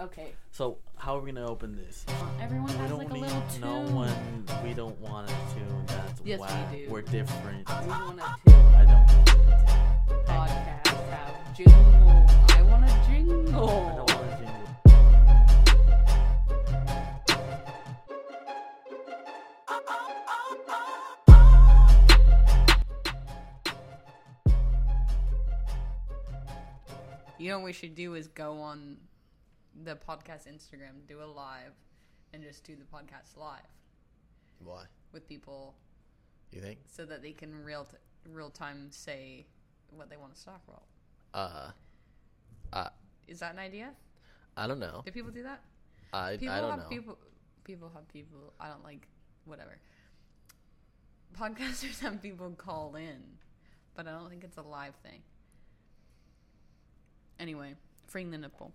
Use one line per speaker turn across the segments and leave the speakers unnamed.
okay.
So how are we gonna open this?
Well, everyone
we
has
don't
like a
need
little tune.
no one. We don't want a tune. That's
Yes, we
whack.
do.
are different.
We want a tune
I don't.
podcast. Have jingle. I want a jingle.
I don't want a jingle.
You know what we should do is go on the podcast Instagram, do a live, and just do the podcast live
Why?
with people
You think?
so that they can real t- real time say what they want to talk about.
Uh, I
Is that an idea?
I don't know.
Do people do that?
I
People
I don't
have
know.
people. People have people. I don't like whatever. Podcasters have people call in, but I don't think it's a live thing. Anyway, freeing the nipple.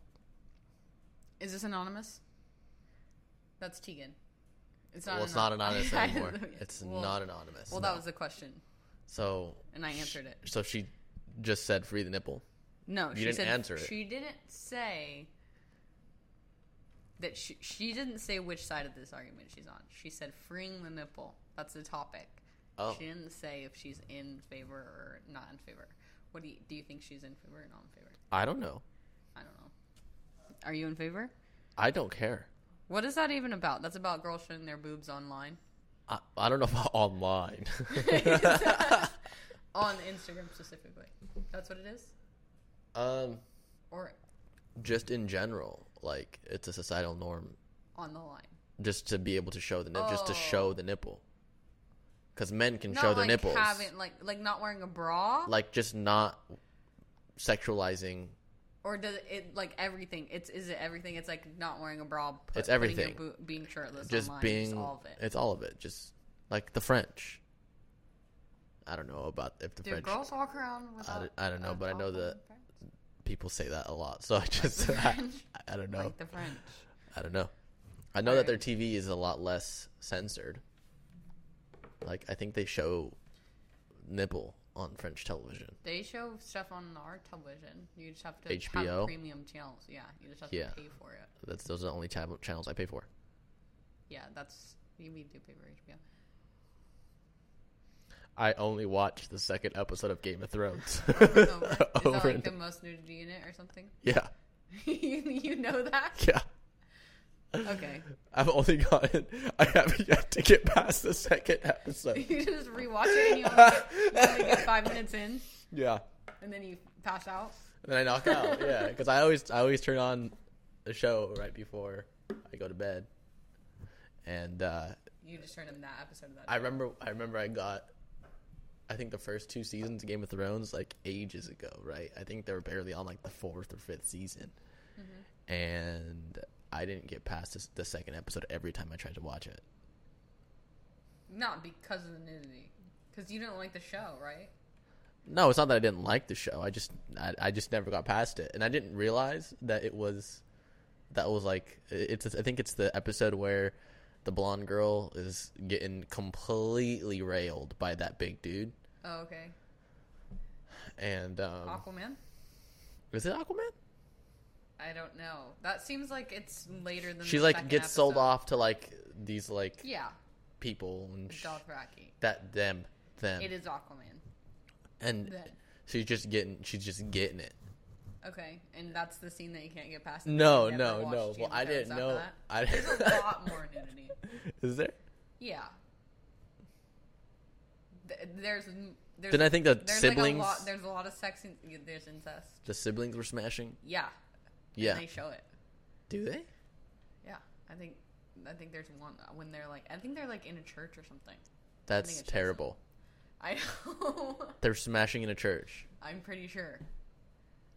Is this anonymous? That's Tegan. It's
well, it's not anonymous
I-
anymore. It's
well-
not anonymous.
Well,
no.
that was the question,
so.
and I answered it.
So she just said free the nipple.
No, she
didn't
said
answer it.
She didn't say that she she didn't say which side of this argument she's on. She said freeing the nipple. That's the topic.
Oh.
She didn't say if she's in favor or not in favor. What do you do you think she's in favor or not in favor?
I don't know.
I don't know. Are you in favor?
I don't care.
What is that even about? That's about girls showing their boobs online.
I, I don't know about online.
On Instagram specifically. That's what it is?
um,
Or
just in general, like it's a societal norm
on the line.
just to be able to show the nip, just to
Oh.
show the nipple. Because men can
Not
show their
like
nipples,
having like like not wearing a bra.
like just not sexualizing
Or does it like everything? It's is it everything? It's like not wearing a bra. Put, putting
It's
your
everything.
bo- being shirtless.
just
online,
being
just all of it.
it's all of it just like the french i don't know about if the
Do
french
girls walk around without?
d- I don't know,
a
but I
top
know
on
that-
French?
people say that a lot so i just
the
I,
French?
I don't know
Like the French.
i don't know i know that their tv is a lot less censored like i think they show nipple on french television
They show stuff on our television. You just have to have
HBO?
premium channels. Yeah, you just have
Yeah.
to pay for it.
that's those are the only channel channels i pay for
Yeah, that's you we do pay for HBO.
i only watched the second episode of game of thrones
Over. Oh, Is that
Over
like
and-
the most nudity in it or something?
yeah
you, you know that?
yeah
Okay,
i've only gotten i haven't yet to get past the second episode
you just rewatch it and you only get, you only get five minutes in,
yeah
and then you pass out.
And then I knock out. yeah, because I always I always turn on the show right before I go to bed. And uh,
You just turned in that episode of that.
I remember I remember I got I think the first two seasons of Game of Thrones like ages ago, right? I think they were barely on like the fourth or fifth season, and I didn't get past this, the second episode every time I tried to watch it.
Not because of the nudity, because you didn't like the show, right?
No, it's not that I didn't like the show. I just I, I just never got past it, and I didn't realize that it was that was like it's. I think it's the episode where the blonde girl is getting completely railed by that big dude,
Oh, okay.
and um,
Aquaman.
is it Aquaman?
I don't know. That seems like it's later than
She
the
like
second
gets sold
episode.
off to like these like
Yeah,
people and sh-
Dothraki.
that them them
It is Aquaman.
and
Them.
she's just getting she's just getting it.
Okay, and that's the scene that you can't get past.
No,
You
no,
never watched
no.
Game
Well,
of
I
Thrones
didn't
after
know.
that.
I
There's
didn't.
a lot more nudity.
is there?
Yeah. Th- There's. there's
Then I think the
there's
siblings-
Like a lot, there's a lot of sex. In, there's incest.
The siblings were smashing.
Yeah.
Yeah.
And they show it.
Do they?
Yeah, I think I think there's one when they're like I think they're like in a church or something.
That's
think it's
terrible.
I know.
They're smashing in a church.
I'm pretty sure.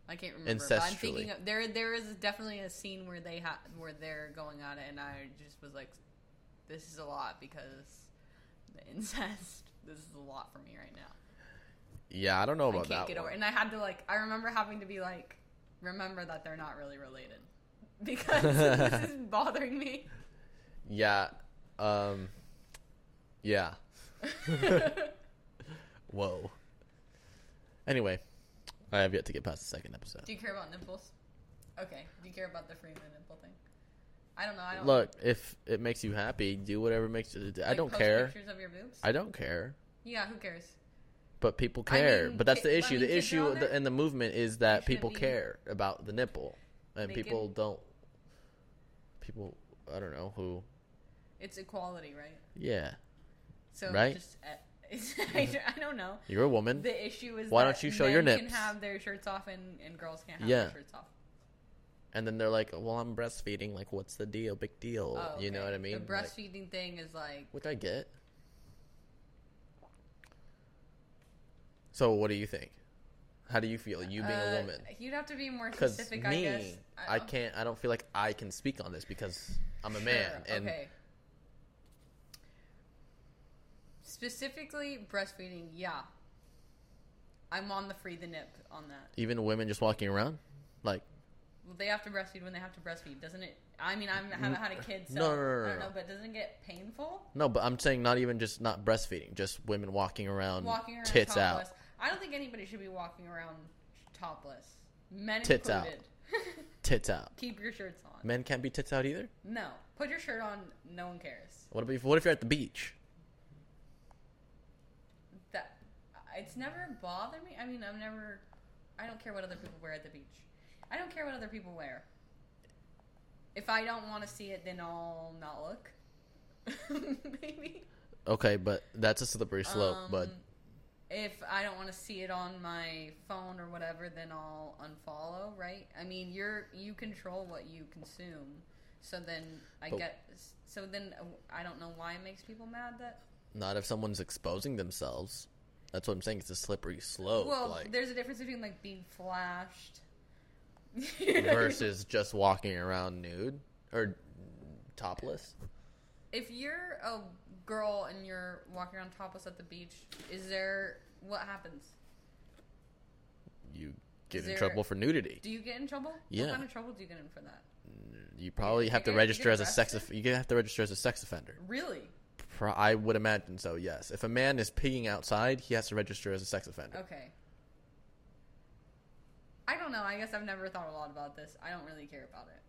I can't remember. But I'm thinking
Ancestrally.
of, there there is definitely a scene where they ha- where they're going at it, and I just was like, this is a lot because the incest. This is a lot for me right now.
Yeah, I don't know
I
about
can't
that.
get over,
one.
it. and I had to like I remember having to be like, remember that they're not really related because this is bothering me.
Yeah. Um Yeah. Whoa. Anyway, I have yet to get past the second episode.
Do you care about nipples? Okay. Do you care about the Freeman nipple thing? I don't know. I don't
Look, if it makes you happy, do whatever makes. you... I
like,
don't
post
care.
Pictures of your boobs.
I don't care.
yeah. Who cares?
But people
I
care.
mean,
but that's
ki-
the
I
issue.
mean,
the
kids are
issue
on
the,
there.
and the movement is that
shouldn't
people
be
care about the nipple, and
naked.
people don't. People, I don't know who.
It's equality, right?
Yeah,
So
Right?
Just, uh, it's, I, don't- I don't know.
you're a woman.
The issue is
Why
that
don't you show your
men
nips?
Can have their shirts off and, and girls can't have
Yeah.
their shirts off.
and then they're like, "Well, I'm breastfeeding. Like, what's the deal? Big deal.
Oh,
You know
okay.
what I mean?"
The
Like,
breastfeeding thing is like
which I get. So, what do you think? How do you feel? You being
uh,
a woman,
You'd have to be more
because
specific, I
me,
guess.
I, can't. I don't feel like I can speak on this because I'm a
Sure,
man, and
okay. Specifically, breastfeeding. Yeah, I'm on the free the nip on that.
even women just walking around, like
Well, they have to breastfeed when they have to breastfeed, doesn't it? I mean, I haven't had a kid, so
no, no, no,
I don't
no.
know, but doesn't it get painful
No, but I'm saying not even just not breastfeeding, just women walking around,
walking around
Um, tits
topless?
out.
I don't think anybody should be walking around topless. Men
Tits out.
included.
Tits out.
Keep your shirts on.
Men can't be tits out either.
No, put your shirt on. No one cares.
What if what if you're at the beach?
that it's never bothered me. I mean, I'm never. I don't care what other people wear at the beach. I don't care what other people wear. If I don't want to see it, then I'll not look. Maybe.
Okay, but that's a slippery slope, but
Um, if I don't want to see it on my phone or whatever, then I'll unfollow. Right? I mean, you're you control what you consume. So then I
But-
get. So then uh, I don't know why it makes people mad that
not if someone's exposing themselves. That's what I'm saying. It's a slippery slope,
Well,
like
there's a difference between like being flashed You know what I mean?
versus just walking around nude or topless.
If you're a girl and you're walking around topless at the beach, is there what happens?
You get
Is
in
there-
trouble for nudity.
Do you get in trouble?
Yeah.
What kind of trouble do you get in for that?
You probably
you
have to
get- you
register
get
as a sex. Off-
arrested?
you have to register as a sex offender.
Really?
Pro- I would imagine so. Yes, if a man is peeing outside, he has to register as a sex offender.
Okay. I don't know. I guess I've never thought a lot about this. I don't really care about it.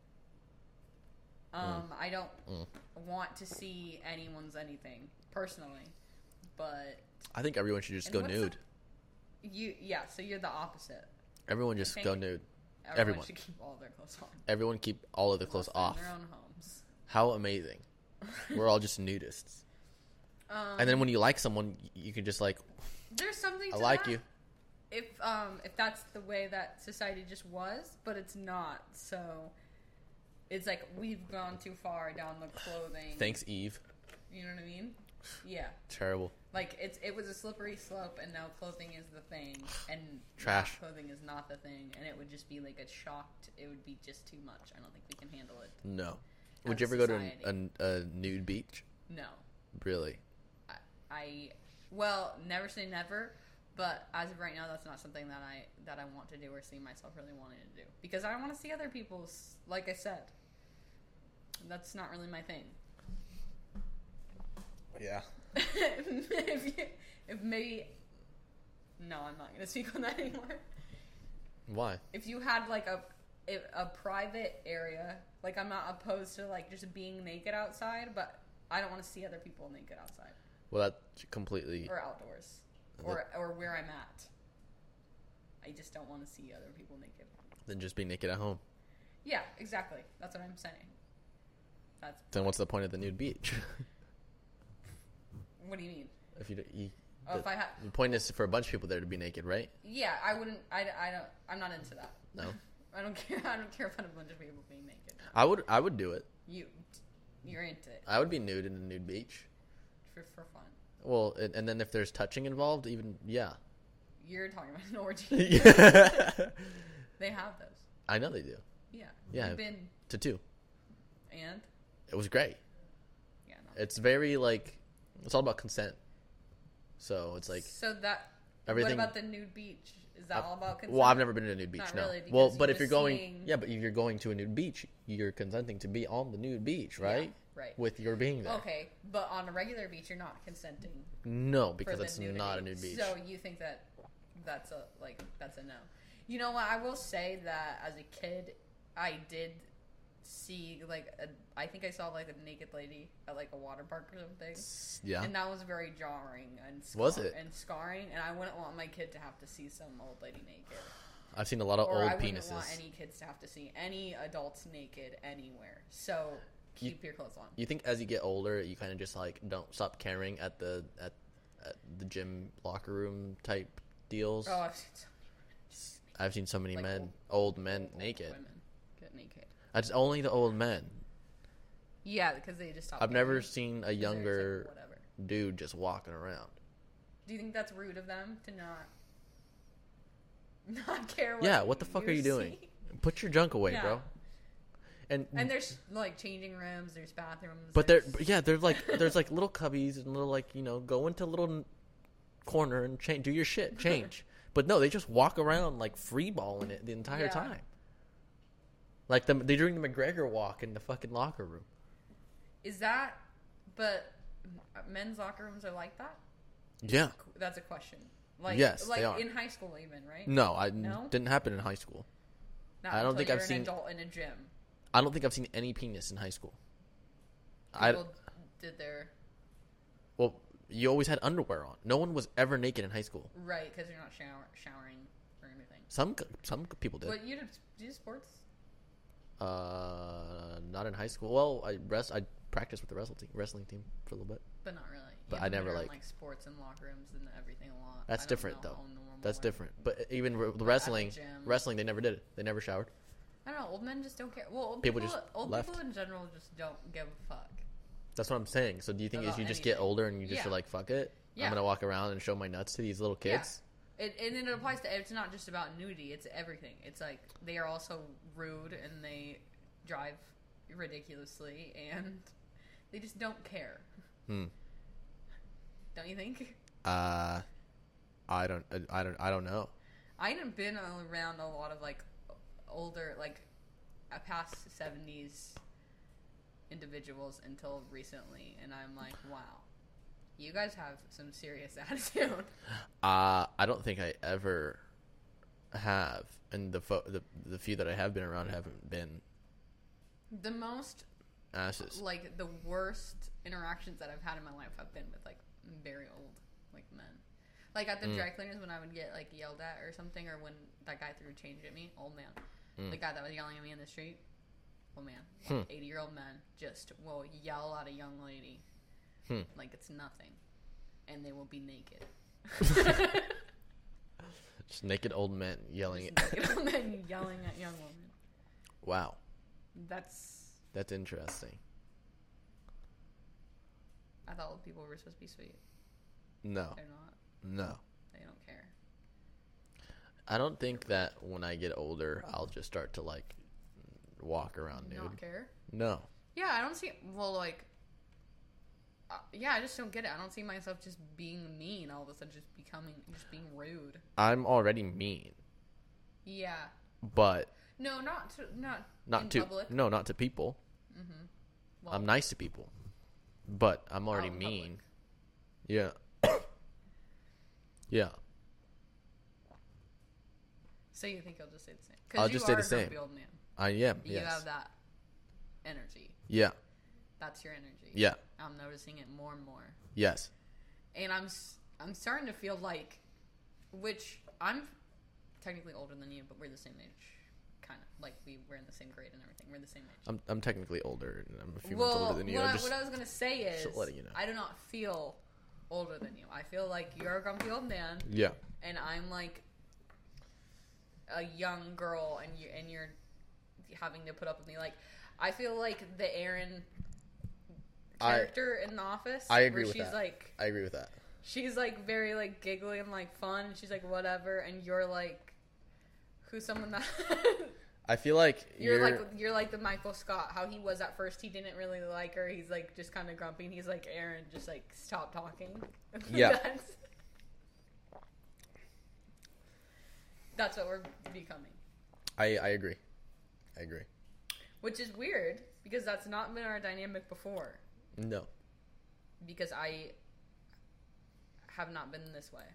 Mm.
Um, I don't want to see anyone's anything personally, but
I think everyone should just
And
go
what's the-
nude.
you, yeah. So you're the opposite.
Everyone just
think-
go nude.
Everyone,
Everyone.
should keep all their clothes on.
Everyone keep all of the clothes
Unless
off.
they're in Their own homes.
How amazing. We're all just nudists.
Um,
And then when you like someone, y- you can just like,
there's something.
I
To
like
that
you.
If um if that's the way that society just was, but it's not. So it's like we've gone too far down the clothing.
Thanks, Eve.
You know what I mean? Yeah.
Terrible.
Like it's it was a slippery slope, and now clothing is the thing, and
Trash.
not clothing is not the thing, and it would just be like a shocked. It would be just too much. I don't think we can handle it.
No. Would
Out
you
of
ever go to an,
society.
an, a nude beach?
No.
Really?
I, I well, never say never, but as of right now, that's not something that I that I want to do or see myself really wanting to do because I want to see other people's. Like I said, that's not really my thing.
Yeah.
if, you, if maybe, no, I'm not going to speak on that anymore.
Why?
If you had like a if- a private area, like I'm not opposed to like just being naked outside, but I don't want to see other people naked outside
Well, that's completely.
or outdoors or or where I'm at. I just don't want to see other people naked.
Then just be naked at home.
Yeah, exactly. That's what I'm saying. That's
Then what's the point of the nude beach?
what do you mean?
if you, don't- you
Oh,
the,
if I had,
the point is for a bunch of people there to be naked, right?
yeah, I wouldn't. I, I don't. I'm not into that.
No.
I don't care. I don't care about a bunch of people being naked.
I would I would do it.
You, you're into it
I would be nude in a nude beach.
for, for fun.
Well, and, and then if there's touching involved, even yeah.
You're talking about an orgy.
I
they have those.
know they do.
Yeah.
Yeah.
You've been
To two,
and
it was great.
yeah. No.
It's very like it's all about consent. So it's like
so that.
everything.
What about the nude beach? Is that
I've-
all about consent?
well, I've never been to a nude beach.
Not
no.
really,
well,
because
but
you
if
were
you're going,
seeing-
yeah, but if you're going to a nude beach, you're consenting to be on the nude beach, right?
right.
With your being there.
Okay, but on a regular beach, you're not consenting
No,
for
because
the
it's
nudity.
not a nude beach.
So you think that that's a like that's a no. You know what? I will say that as a kid, I did see like a, I think I saw like a naked lady at like a water park or something.
S- Yeah.
And that was very jarring and scar-
Was it?
and scarring and I wouldn't want my kid to have to see some old lady naked.
I've seen a lot of
or
Uh, old
I wouldn't
penises.
want any kids to have to see any adults naked anywhere. So
You-
keep your clothes on.
You think as you get older, you kind of just like don't stop caring at the at, at the gym locker room type deals.
Oh, I've seen so
I've seen so many
Like
men,
old-
old
many
men
old
naked.
women get naked.
That's only the old men.
Yeah, because they just stop.
I've never
caring.
seen
They're
a
just like,
younger
whatever.
dude just walking around.
Do you think that's rude of them to not not care? What
Yeah, what the fuck are you doing?
see?
Put your junk away,
Yeah.
bro. And,
And there's like changing rooms, there's bathrooms,
but there,
there's-
but yeah, there's like there's like little cubbies and little like you know go into little n- corner and change, do your shit, change. but no, they just walk around like free balling it the entire
Yeah.
time. Like the, they're doing the McGregor walk in the fucking locker room.
is that. But men's locker rooms are like that.
Yeah.
That's a question. Like,
Yes, they
like
are.
in high school, even right?
No, I
No?
didn't happen in high school.
Not
I don't
until
think
you're
I've
an
seen-
adult in a gym.
I don't think I've seen any penis in high school. I
People did their
well, you always had underwear on. No one was ever naked in high school.
right because you're not shower, showering or anything.
Some c- some people did.
But you did, do you do sports?
Uh, not in high school. Well, I rest. I practiced with the wrestling team, wrestling team for a little bit.
But not really.
But
Yeah,
I
we
never,
were in,
like-
like sports and locker rooms and everything a lot.
That's
I don't
different
know
though.
how normal
That's
it-
different. But even re- the
the
wrestling,
gym.
wrestling, they never did it. They never showered.
I don't know. Old men just don't care. Well, old people,
People just
old
left.
people in general just don't give a fuck.
That's what I'm saying. So do you think as
About
you just get
anything.
older and you just
Yeah.
are like, fuck it,
Yeah.
I'm gonna walk around and show my nuts to these little
Yeah.
kids?
It, and then it applies to. It's not just about nudity. It's everything. It's like they are also rude and they drive ridiculously and they just don't care.
Hmm.
Don't you think?
Uh, I don't. I- I don't. I don't know.
I haven't been around a lot of like older, like uh, past seventies individuals until recently, and I'm like, wow, you guys have some serious attitude.
Uh, I don't think I ever have, and the fo- the the few that I have been around haven't been
the most,
asses.
like, the worst interactions that I've had in my life have been with like very old, like men. Like at the
Mm.
dry cleaners when I would get like yelled at or something, or when that guy threw change at me, old man,
Mm.
the guy that was yelling at me in the street, old man, like eighty year old men just will yell at a young lady
Hmm.
like it's nothing, and they will be naked.
Just naked old men yelling.
Just naked old men yelling at young women.
wow,
That's
that's interesting.
I thought old people were supposed to be sweet.
No,
They're not.
no.
They don't care.
I don't think that when I get older, I'll just start to like walk around nude.
Not care.
No,
Yeah, I don't see. Well, like, uh, yeah, I just don't get it. I don't see myself just being mean all of a sudden, just becoming, just being rude.
I'm already mean,
Yeah.
but
No, not to, not
not
in
to
public.
no, not to people.
Well-
I'm nice to people, but I'm already
in
mean.
public.
Yeah, yeah.
So you think I'll just say the same? Because
I'll
you
just
are
say the
a grumpy
same.
old man.
I am.
You
yes.
have that energy.
Yeah.
That's your energy.
Yeah.
I'm noticing it more and more.
Yes.
and I'm s- I'm starting to feel like, which I'm technically older than you, but we're the same age, kind of like we were in the same grade and everything. We're the same age.
I'm. I'm technically older. and I'm a few months
well,
older than you.
what,
I'm
I,
just-
what I was gonna say is,
just letting you know.
I do not feel older than you. I feel like you're a grumpy old man,
yeah.
and I'm like a young girl, and you and you're having to put up with me. Like, I feel like the Aaron
I-
character in the office.
I agree
where
with
she's
that.
like
I agree with that.
she's like very like giggly and like fun and she's like whatever and you're like who's someone that
I feel like
you're,
you're,
like you're like the michael scott how he was at first he didn't really like her he's like just kind of grumpy and he's like aaron just like stop talking
Yeah.
that's, that's what we're becoming
I. I agree. I agree.
which is weird because that's not been our dynamic before
No.
because i have not been this way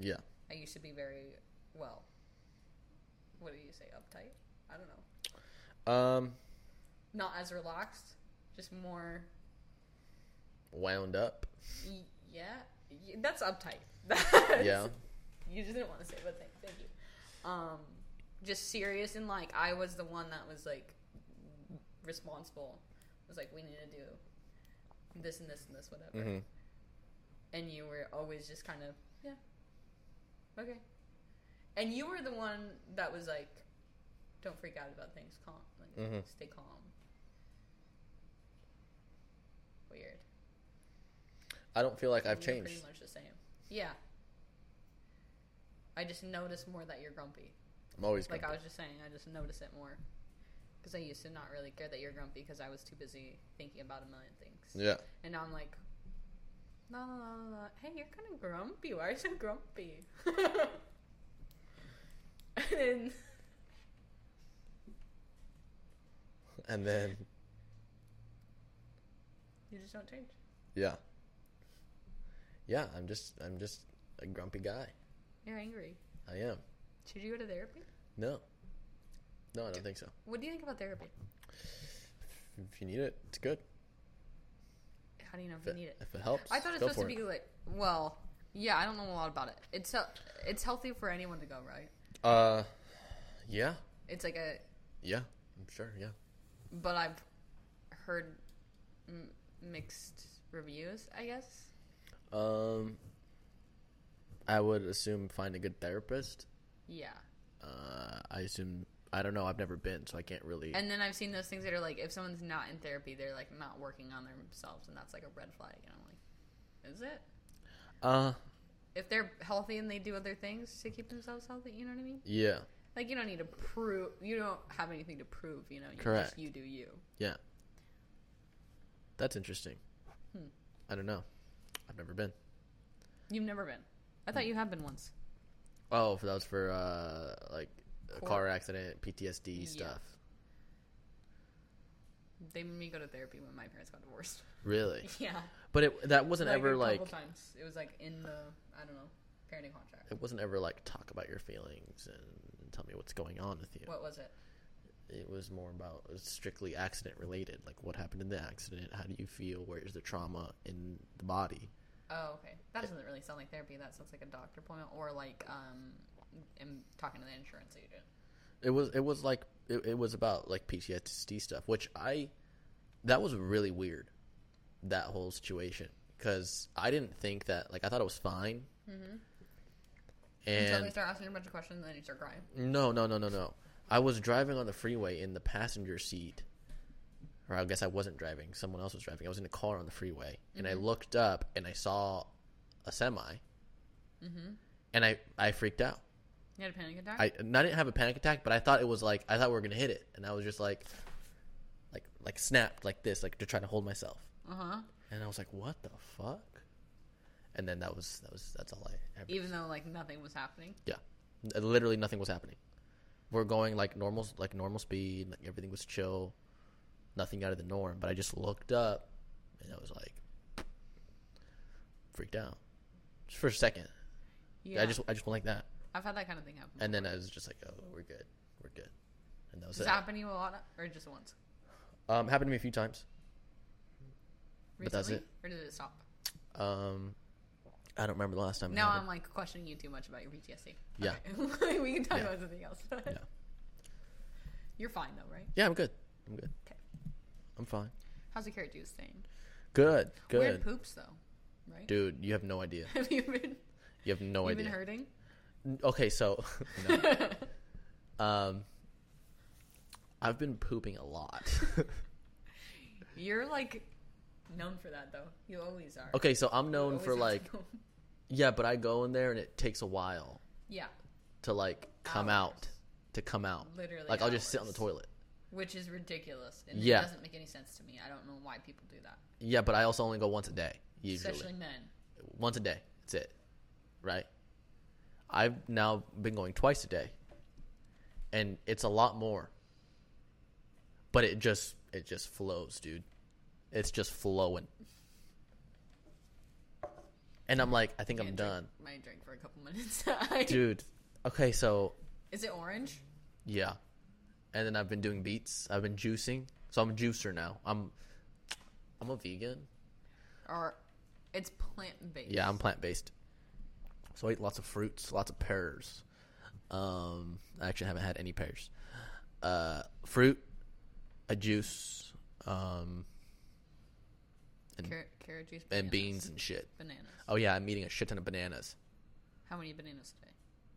Yeah.
I used to be very well. What do you say? Uptight? I don't know.
Um,
Not as relaxed, just more.
wound up.
y- Yeah, y- that's uptight. That's-
Yeah.
You just didn't want to say, but thank, thank you. Um, just serious and like I was the one that was like responsible. It was like we need to do this and this and this whatever,
Mhm.
and you were always just kind of yeah, okay. And you were the one that was like, don't freak out about things. Calm, like
Mhm.
stay calm. Weird.
I don't feel like I've
You're
changed.
Pretty much the same. Yeah. I just notice more that you're grumpy.
I'm always
Like I
grumpy.
was just saying, I just notice it more. Because I used to not really care that you're grumpy because I was too busy thinking about a million things.
yeah.
And now I'm like, no, no, no, no, no. Hey, you're kind of grumpy. Why are you so grumpy? and then,
And then
you just don't change.
yeah. Yeah, I'm just I'm just a grumpy guy.
You're angry.
I am.
Should you go to therapy?
No. No, I don't think so.
What do you think about therapy?
If you need it, it's good.
How do you know if
If
you
it,
need it?
if it helps,
I thought it's
go
supposed to
for
be
it.
like, well, yeah, I don't know a lot about it. It's hel- it's healthy for anyone to go, right?
Uh, yeah,
It's like a,
yeah, I'm sure. Yeah,
but I've heard m- mixed reviews. I guess
um, I would assume find a good therapist.
yeah.
Uh, I assume I don't know. I've never been, so I can't really.
And then I've seen those things that are like, if someone's not in therapy, they're like not working on themselves, and that's like a red flag. And I'm like, is it?
uh,
If they're healthy and they do other things to keep themselves healthy, you know what I mean?
yeah,
Like you don't need to prove. You don't have anything to prove. You know, you
Correct.
Just, you do you.
yeah. That's interesting.
Hmm.
I don't know. I've never been.
You've never been. I thought you have been once.
Oh, that was for uh, like a
Court.
car accident, PTSD
Yeah.
stuff.
They made me go to therapy when my parents got divorced.
Really,
Yeah,
but it that wasn't ever
a
like
couple times. It was like in the I don't know parenting contract.
it wasn't ever like talk about your feelings and tell me what's going on with you.
What was it?
it was more about it was strictly accident related like what happened in the accident how do you feel where's the trauma in the body
Oh, okay. That doesn't really sound like therapy. That sounds like a doctor appointment or like um, am talking to the insurance agent.
it was it was like it, it was about like ptsd stuff which i that was really weird that whole situation because i didn't think that like i thought it was fine
Until they
and
start asking Mm-hmm. you a bunch of questions, and then you start crying.
no no no no no i was driving on the freeway in the passenger seat or i guess i wasn't driving someone else was driving i was in a car on the freeway and i looked up and i saw a semi
Mm-hmm.
and I, I freaked out.
You had a panic attack.
I, and I didn't have a panic attack, but I thought it was like I thought we were gonna hit it, and I was just like, like like snapped like this, like to try to hold myself,
Uh huh.
and I was like, what the fuck? And then that was that was that's all I ever.
Even though like nothing was happening.
yeah, N- literally nothing was happening. We're going like normal like normal speed, like everything was chill, nothing out of the norm. But I just looked up, and I was like, freaked out, just for a second.
Yeah.
I just I just went like that.
I've had that kind of thing happen.
And then I was just like, oh, we're good. We're good. And that was
Does it
it.
happen to you a lot or just once?
um, happened to me a few times.
Recently?
But that's
Or did it stop?
Um, I don't remember the last time. it
Now I'm
happened.
like questioning you too much about your PTSD.
Yeah.
Okay. we can talk
Yeah.
about something else.
Yeah.
You're fine though, right?
Yeah, I'm good. I'm good.
'Kay.
I'm fine.
How's the carrot juice thing?
Good.
Weird
Good.
poops though, right?
Dude, Oh, you have no idea.
Have you been
You have no
you been
idea.
hurting?
N- Okay, so no. um, I've been pooping a lot.
You're like known for that though. You always are.
okay, so I'm
You
known for
always
like
have to go-
yeah, but I go in there and it takes a while
yeah,
to like come out
Hours.
to come out.
literally.
Like I'll just sit on the
hours.
toilet.
which is ridiculous and
Yeah.
it doesn't make any sense to me. I don't know why people do that,
Yeah, but I also only go once a day usually.
especially men.
once a day. That's it. Right? I've now been going twice a day. And it's a lot more. But it just it just flows, dude. It's just flowing. And I'm like, I think I'm
Can't
done.
Drink my drink for a couple minutes. I-
Dude. Okay, so
is it orange?
yeah. and then I've been doing beats. I've been juicing, so I'm a juicer now. I'm I'm a vegan.
Or it's plant based.
Yeah, I'm plant based. So I eat lots of fruits, lots of pears. Um, I actually haven't had any pears. Uh, fruit, a juice, um,
carrot, carrot juice, bananas.
and uh, beans and shit.
Bananas.
Oh yeah, I'm eating a shit ton of bananas,
How many bananas today?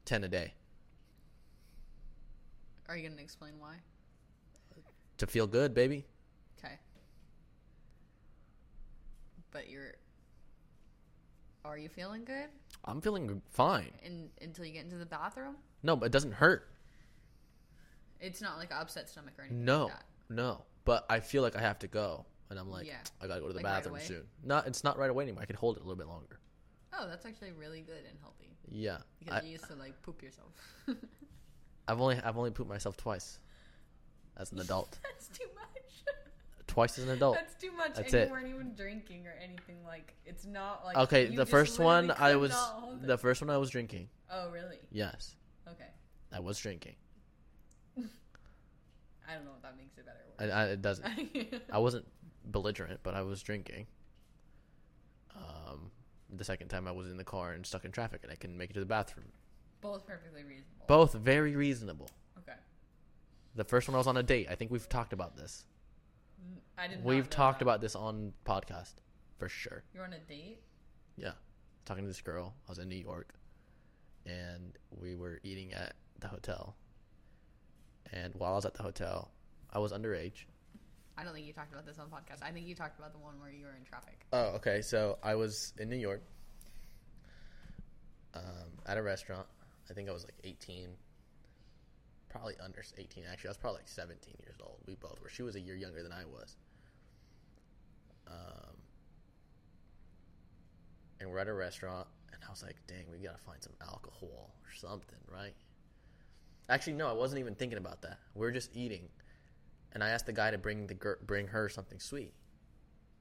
ten a day,
Are you gonna explain why?
to feel good, baby.
Okay. But you're. Are you feeling good?
I'm feeling fine.
In, until you get into the bathroom,
No, but it doesn't hurt.
it's not like an upset stomach or anything.
No,
Like that.
no. But I feel like I have to go, and I'm like,
Yeah.
I gotta go to the
Like, right
bathroom
away?
soon. Not, it's not right away anymore. I could hold it a little bit longer.
Oh, that's actually really good and healthy
Yeah,
because
I,
you used to like poop yourself.
I've only I've only pooped myself twice, as an adult.
that's too much.
twice as an adult.
that's too much.
Oh, that's
and
it.
you weren't even drinking or anything. Like it's not like
Okay,
you
the
just
first
literally
one I
could
was
not hold it.
the first one I was drinking.
oh really?
Yes,
Okay.
I was drinking.
I don't know if that makes it better.
I, I, it doesn't.
Or worse.
I wasn't belligerent, but I was drinking. Um, the second time I was in the car and stuck in traffic, and I couldn't make it to the bathroom.
Both perfectly reasonable.
Both very reasonable.
okay.
The first one I was on a date. I think we've talked about this.
Mm, I didn't.
We've talked about this on podcast for sure.
You're on a date.
Yeah. Talking to this girl. I was in New York. And we were eating at the hotel. And while I was at the hotel, I was underage.
I don't think you talked about this on the podcast. I think you talked about the one where you were in traffic.
Oh, okay. So I was in New York um, at a restaurant. I think I was like 18. Probably under 18, actually. I was probably like 17 years old. We both were. She was a year younger than I was. Um, and we're at a restaurant, and I was like, dang, we gotta find some alcohol or something, right? Actually, no, I wasn't even thinking about that. We were just eating, and I asked the guy to bring the gir- bring her something sweet.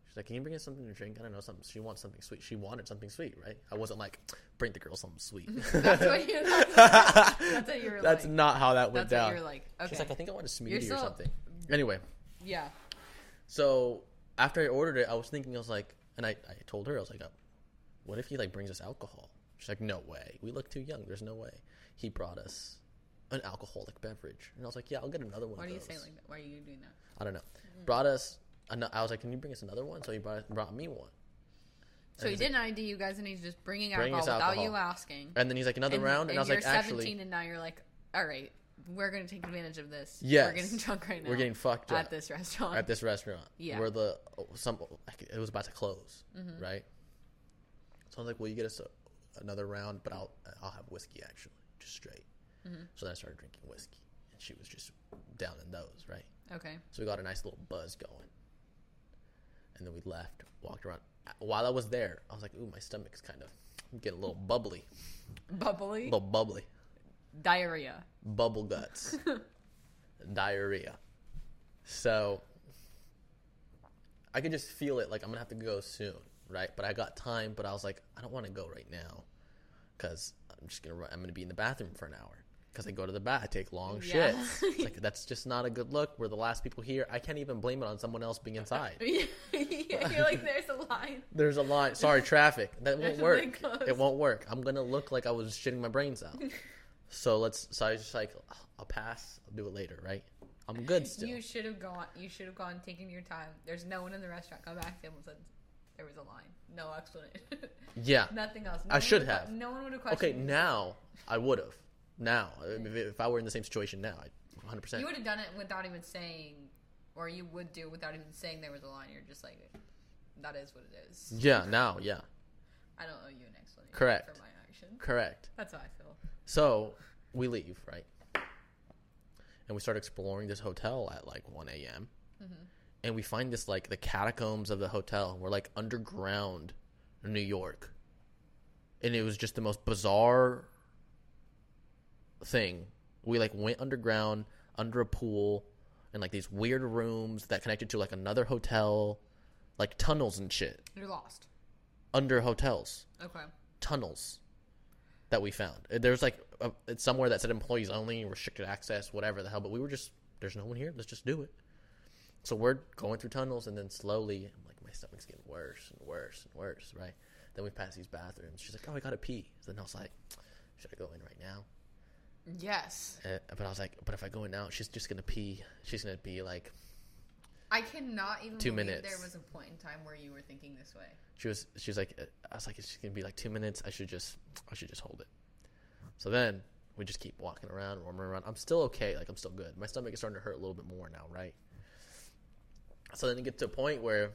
She's like, "Can you bring us something to drink?" I don't know something. She wants something sweet. She wanted something sweet, right? I wasn't like, "Bring the girl something sweet."
That's what you. That's what you were
That's
like.
not how that went
That's what
down.
you were like. Okay.
She's like, "I think I want a
You're
smoothie or
still-
something." Anyway,
yeah.
so after I ordered it, I was thinking, I was like, and I, I told her, I was like, oh, what if he like brings us alcohol? She's like, no way. We look too young. There's no way. He brought us an alcoholic beverage. And I was like, yeah, I'll get another one.
Why
of
do you
those."
say like mm-hmm. that? Why are you doing that?
I don't know. Brought us, an- I was like, can you bring us another one? So he brought, brought me one.
So he didn't ID you guys, and he's just bringing
Bring
alcohol
us
without
alcohol.
you asking.
And then he's like, another round. And, I was
you're
like,
17,
actually,
and now you're like, all right, we're gonna take advantage of this.
Yes.
We're getting drunk right now.
We're getting fucked
at
up.
this restaurant.
at this restaurant.
Yeah.
Where the oh, some it was about to close, right? So I was like, "Will you get us a, another round?" But I'll I'll have whiskey actually, just straight. So then I started drinking whiskey, and she was just down in those, right?
okay.
So we got a nice little buzz going, and then we left, walked around. While I was there, I was like, "Ooh, my stomach's kind of I'm getting a little bubbly,
Bubbly
a little bubbly,
diarrhea.
bubble guts, diarrhea." So I could just feel it. Like I'm gonna have to go soon, right? But I got time. But I was like, I don't want to go right now, because I'm just gonna. Run, I'm gonna be in the bathroom for an hour. Because I go to the bath, I take long
Yeah.
shits. It's like that's just not a good look. We're the last people here. I can't even blame it on someone else being inside.
you're like, there's a line.
There's a line. Sorry, traffic. That won't
They
work.
closed.
It won't work. I'm gonna look like I was shitting my brains out. So let's. So I was just like, I'll pass. I'll do it later, right? I'm good still.
You should have gone. You should have gone, taking your time. There's no one in the restaurant. Come back to him and said there was a line. No explanation.
yeah.
Nothing else. No
I
one
should
would've
have.
que- No one would have
Okay,
questioned. you.
now I would have. Now, if, if I were in the same situation now, I 100. percent
You would have done it without even saying, or you would do it without even saying there was a line. You're just like, that is what it is.
Yeah, now, yeah,
I don't owe you an explanation.
Correct.
For my action.
correct.
That's how I feel.
So we leave, right? And we start exploring this hotel at like 1 a.m. And we find this like the catacombs of the hotel. We're like underground in New York. And it was just the most bizarre thing. We like went underground under a pool and like these weird rooms that connected to like another hotel, like tunnels and shit
You're lost.
under hotels
Okay.
tunnels Uh, that we found. There's like a, it's somewhere that said employees only, restricted access, whatever the hell. But we were just there's no one here. Let's just do it. So we're going through tunnels, and then slowly, I'm like, my stomach's getting worse and worse and worse, right? Then we pass these bathrooms. She's like, oh, I gotta pee. So then I was like, should I go in right now?
Yes.
Uh, but I was like, but if I go in now, she's just gonna pee. She's gonna be like,
I cannot even
Two
believe
minutes.
there was a point in time where you were thinking this way.
she was, she was like, uh, I was like, it's just gonna be like two minutes. I should just, I should just hold it. So then we just keep walking around, warming around. I'm still okay, like I'm still good. My stomach is starting to hurt a little bit more now, right? So then it gets to a point where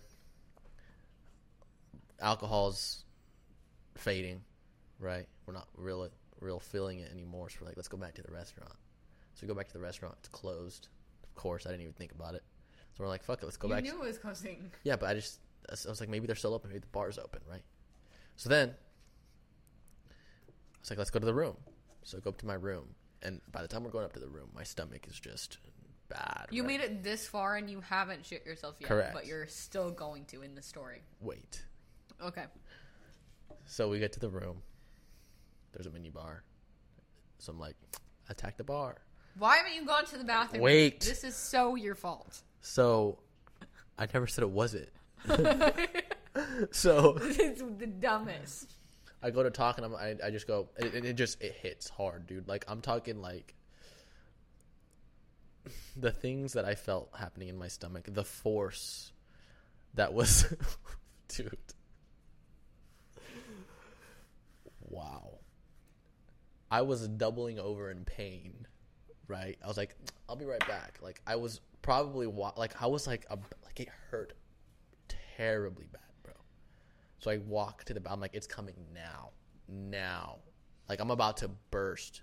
alcohol's fading, right? We're not really real feeling it anymore. So we're like, let's go back to the restaurant. So we go back to the restaurant. It's closed. Of course, I didn't even think about it. So we're like, fuck it, let's go
you
back.
knew it was closing.
Yeah, but I just I was like, maybe they're still open. Maybe the bar's open, right? So then I was like, let's go to the room. So I go up to my room, and by the time we're going up to the room, my stomach is just bad.
You
right?
made it this far and you haven't shit yourself yet.
Correct.
But you're still going to in the story.
Wait.
Okay.
So we get to the room. There's a mini bar. So I'm like, attack the bar.
Why haven't you gone to the bathroom?
Wait.
This is so your fault.
So I never said it wasn't. So
it's the dumbest.
I go to talk and I'm, I, I just go, and it, and it just, it hits hard, dude. Like, I'm talking like the things that I felt happening in my stomach, the force that was, dude. Wow. I was doubling over in pain, right? I was like, I'll be right back. Like, I was probably, wa- like, I was like, a, like, it hurt terribly bad, bro. So I walk to the. I'm like, it's coming now, now. Like I'm about to burst.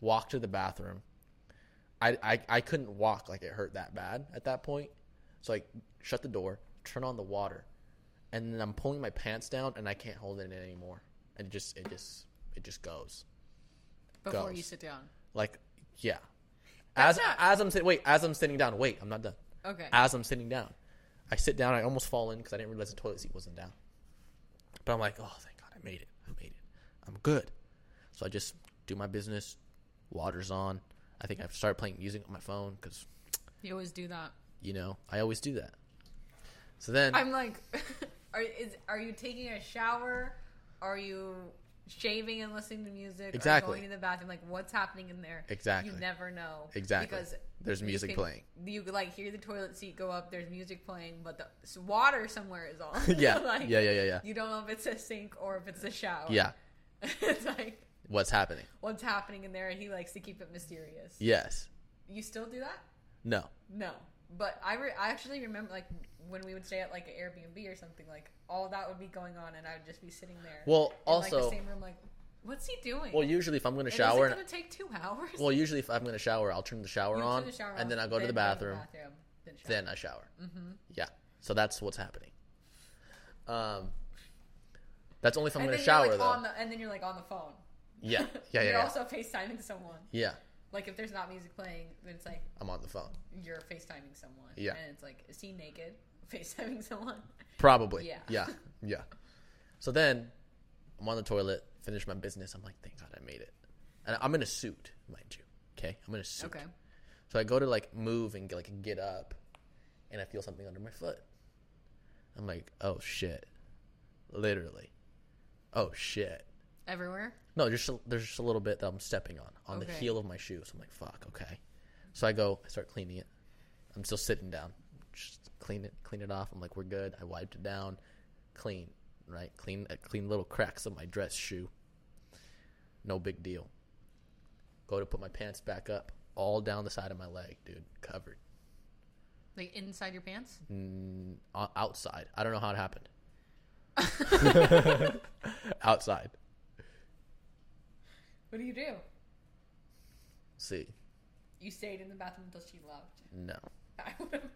Walk to the bathroom. I I, I couldn't walk like it hurt that bad at that point. So I shut the door, turn on the water, and then I'm pulling my pants down and I can't hold it in anymore. And it just it just it just goes
Before
Goes.
you sit down.
like yeah. As
That's not-
as I'm sitting wait as I'm sitting down wait I'm not done.
Okay.
As I'm sitting down, I sit down. I almost fall in because I didn't realize the toilet seat wasn't down. But I'm like, oh, thank God, I made it. I made it. I'm good. So I just do my business. Water's on. I think I've started playing music on my phone because
you always do that.
you know I always do that. So then
I'm like, are is are you taking a shower? Are you shaving and listening to music? Are
Exactly.
you going to the bathroom? Like, what's happening in there?
Exactly.
You never know.
Exactly. There's
you
music
can-
playing.
You could, like hear the toilet seat go up. There's music playing, but the s- water somewhere is on.
yeah,
Like,
yeah, yeah, yeah, yeah,
You don't know if it's a sink or if it's a shower.
yeah.
it's like
What's happening?
what's happening in there, and he likes to keep it mysterious.
Yes.
You still do that?
No.
No, but I, re- I actually remember like when we would stay at like an Airbnb or something like all that would be going on and I would just be sitting there.
Well,
in, like,
also-
the same room, like what's he doing?
Well, usually if I'm gonna
And
shower,
Is it
and,
gonna take two hours?
well, usually if I'm gonna shower, I'll turn the shower
You
on,
turn the shower
and then
off,
I go to the bathroom.
then shower.
then I shower.
Mm-hmm.
Yeah. So that's what's happening. Um, that's only if I'm
and
going
then
to
you're,
shower,
like,
though.
On the, and then you're like on the phone.
yeah. Yeah. Yeah.
you're
Yeah.
also FaceTiming someone.
yeah.
Like if there's not music playing, then it's like
I'm on the phone.
you're FaceTiming someone.
Yeah.
And it's like is he naked? FaceTiming someone.
Probably.
Yeah.
Yeah. Yeah. So then I'm on the toilet, finish my business. I'm like, thank God I made it. And I'm in a suit, mind you. Okay. I'm in a suit.
Okay.
So I go to like move and like get up, and I feel something under my foot. I'm like, oh shit. Literally. Oh shit.
Everywhere.
No, just a, there's just a little bit that I'm stepping on on the
Okay.
heel of my shoe. So I'm like, fuck, okay. So I go, I start cleaning it. I'm still sitting down, just clean it, clean it off. I'm like, we're good. I wiped it down, clean, right? Clean, uh, clean little cracks of my dress shoe. No big deal. Go to put my pants back up, all down the side of my leg, dude, covered.
Like inside your pants.
Mm, o- outside. I don't know how it happened. outside.
What do you do?
See,
You stayed in the bathroom until she left.
no.
I would have.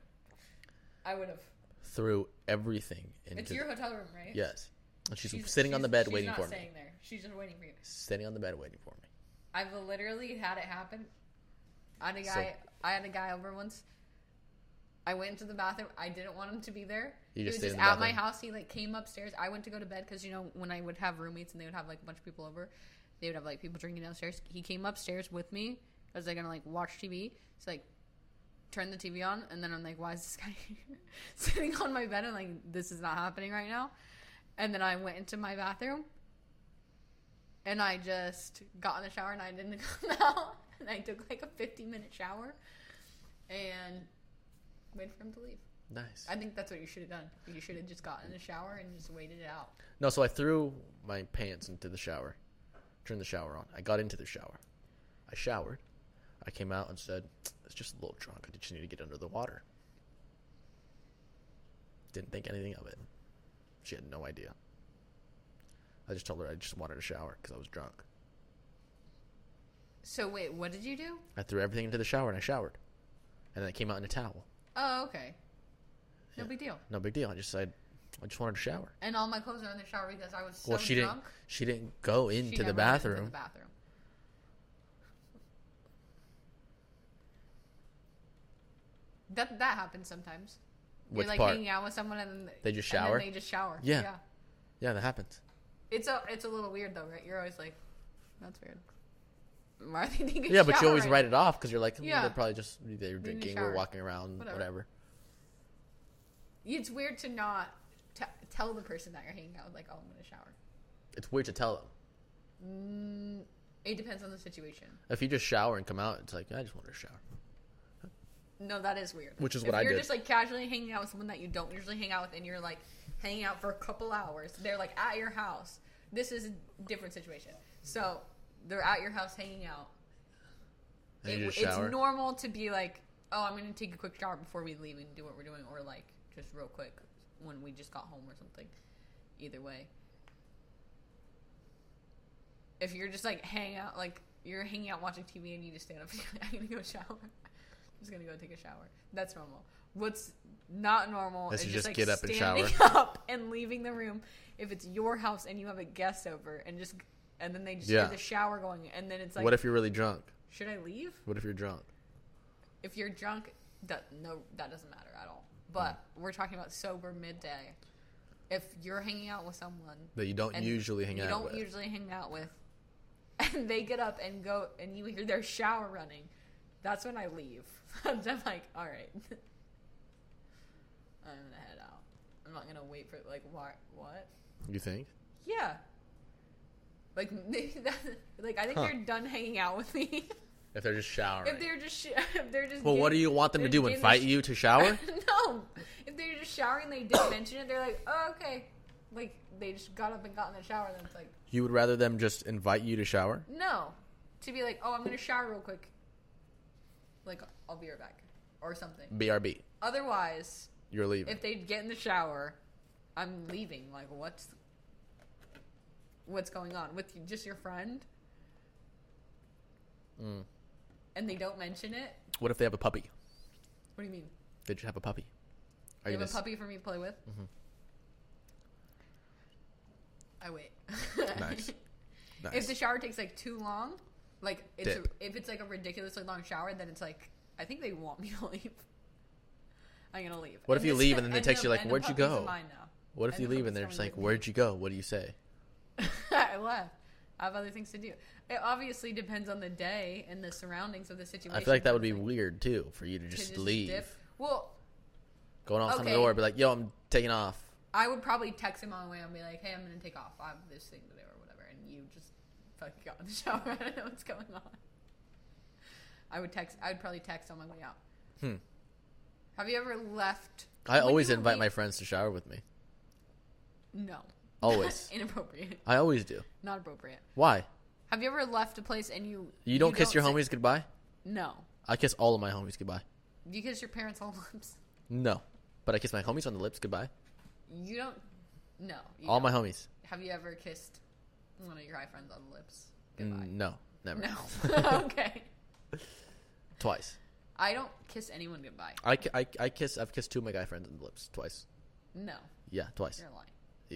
I would have.
Threw everything into
It's your hotel room, right?
Yes. And she's,
She's-
sitting on
she's-
the bed
she's
waiting
not
for me.
staying there. She's just waiting for you.
Sitting on the bed waiting for me.
I've literally had it happen. I had a
So-
guy. I had a guy over once. I went into the bathroom. I didn't want him to be there. he
You
was
just stayed
just
in
at
the
my
bathroom?
house. He like came upstairs. I went to go to bed because you know when I would have roommates and they would have like a bunch of people over, they would have like people drinking downstairs. He came upstairs with me because they're gonna like watch TV. He's like, turn the TV on, and then I'm like, why is this guy sitting on my bed? And like, this is not happening right now. And then I went into my bathroom, and I just got in the shower, and I didn't come out, and I took like a 50 minute shower, and waited for him to leave.
Nice.
I think that's what you should have done. You should have just gotten in the shower and just waited it out.
No, so I threw my pants into the shower, turned the shower on. I got into the shower. I showered. I came out and said, "It's just a little drunk. I just need to get under the water." Didn't think anything of it. She had no idea. I just told her I just wanted a shower because I was drunk.
So wait, what did you do?
I threw everything into the shower and I showered, and then I came out in a towel.
Oh, okay. No big deal.
No big deal. I just said I just wanted a shower.
And all my clothes are in the shower because I was so
well, she
drunk.
didn't. She didn't go
she
into the
never went into
bathroom.
the bathroom. That that happens sometimes.
Which
You're like
part?
hanging out with someone and then
They just
and then
shower?
they just shower.
Yeah. Yeah, that happens.
It's a it's a little weird though, right? You're always like, that's weird. Why are they taking a
Yeah, but you
shower
always
right
write it off because you're like, "Hmm,
Yeah.
they're probably just they were
They need a
drinking, we're
shower.
walking around,
Whatever.
whatever.
It's weird to not t- tell the person that you're hanging out with, like, oh, I'm going to shower.
It's weird to tell them.
Mm, it depends on the situation.
If you just shower and come out, it's like I just wanted to shower.
No, that is weird.
Which is
if
what I
you're
did.
just like casually hanging out with someone that you don't usually hang out with, and you're like hanging out for a couple hours. They're like at your house. This is a different situation. So they're at your house hanging out.
And you
It-
just
it's
shower.
normal to be like, oh, I'm going to take a quick shower before we leave and do what we're doing, or like just real quick when we just got home or something. Either way, if you're just like hang out, like you're hanging out watching TV and you just stand up, and you're like, I'm gonna go shower. I'm just gonna go take a shower. That's normal. What's not normal
Is
is
you
just,
just
like
get up and
standing up and leaving the room if it's your house and you have a guest over and just and then they just
Yeah.
hear the shower going and then it's like,
what if you're really drunk?
should I leave?
What if you're drunk?
if you're drunk, that no, that doesn't matter at all. But
Mm.
we're talking about sober midday. If you're hanging out with someone
That you don't
and
usually hang
you
out
don't
with.
usually hang out with, and they get up and go, and you hear their shower running, that's when I leave. I'm just like, all right, I'm gonna head out. I'm not gonna wait for like what what.
you think?
Yeah. Like, that, like I think
Huh.
they're done hanging out with me.
If they're just showering.
if they're just, sh- if they're just.
well, what do
getting-
you want them to
they're
do?
getting the
Invite
sh-
you to shower?
no. If they're just showering, they didn't mention it. They're like, oh, okay. Like, they just got up and got in the shower. Then it's like,
you would rather them just invite you to shower?
no. To be like, oh, I'm going to shower real quick. Like, I'll be right back. Or something.
BRB.
Otherwise,
You're leaving.
if they get in the shower, I'm leaving. Like, what's what's going on with you, just your friend? And they don't mention it.
what if they have a puppy?
What do you mean?
Did you have a puppy? Are
you
you
have
Mm-hmm. just
a puppy for me to play with? I wait.
nice? nice.
If the shower takes like too long, like it's a,
Dip.
if it's like a ridiculously long shower, then it's like I think they want me to leave. I'm gonna leave.
What if you
this-
leave and then they text
the-
you, like,
and the
"Where'd you
puppies are
go?"
mine now.
what if
and
you
the
leave and
puppy's
they're just
coming with
like,
me.
"Where'd you go? What do you say?"
I left. I have other things to do. It obviously depends on the day and the surroundings of the situation.
I feel like that
but
would be
it's, like,
weird too for you to
to
just, leave.
dip. Well,
Go knocks on the
Okay.
door, be like, "Yo, I'm taking off."
I would probably text him on the way and be like, "Hey, I'm gonna take off. I have this thing to do or whatever," and you just fucking got in the shower. I don't know what's going on. I would text. I would probably text on my way out.
Hmm.
Have you ever left?
I
Would
always
you
invite my
leave-
friends to shower with me.
No.
Always.
inappropriate.
I always do.
Not appropriate.
Why?
Have you ever left a place and you
You don't kiss your
say-
homies goodbye?
No.
I kiss all of my homies goodbye.
You kiss your parents on the lips.
No. But I kiss my homies on the lips goodbye.
You don't. No. You
all
don't.
my homies.
Have you ever kissed one of your high friends on the lips? Goodbye.
Mm, No. Never.
No. okay.
Twice.
I don't kiss anyone goodbye.
I, ki- I, I kiss I've kissed two of my guy friends on the lips twice.
No,
Yeah, twice.
you're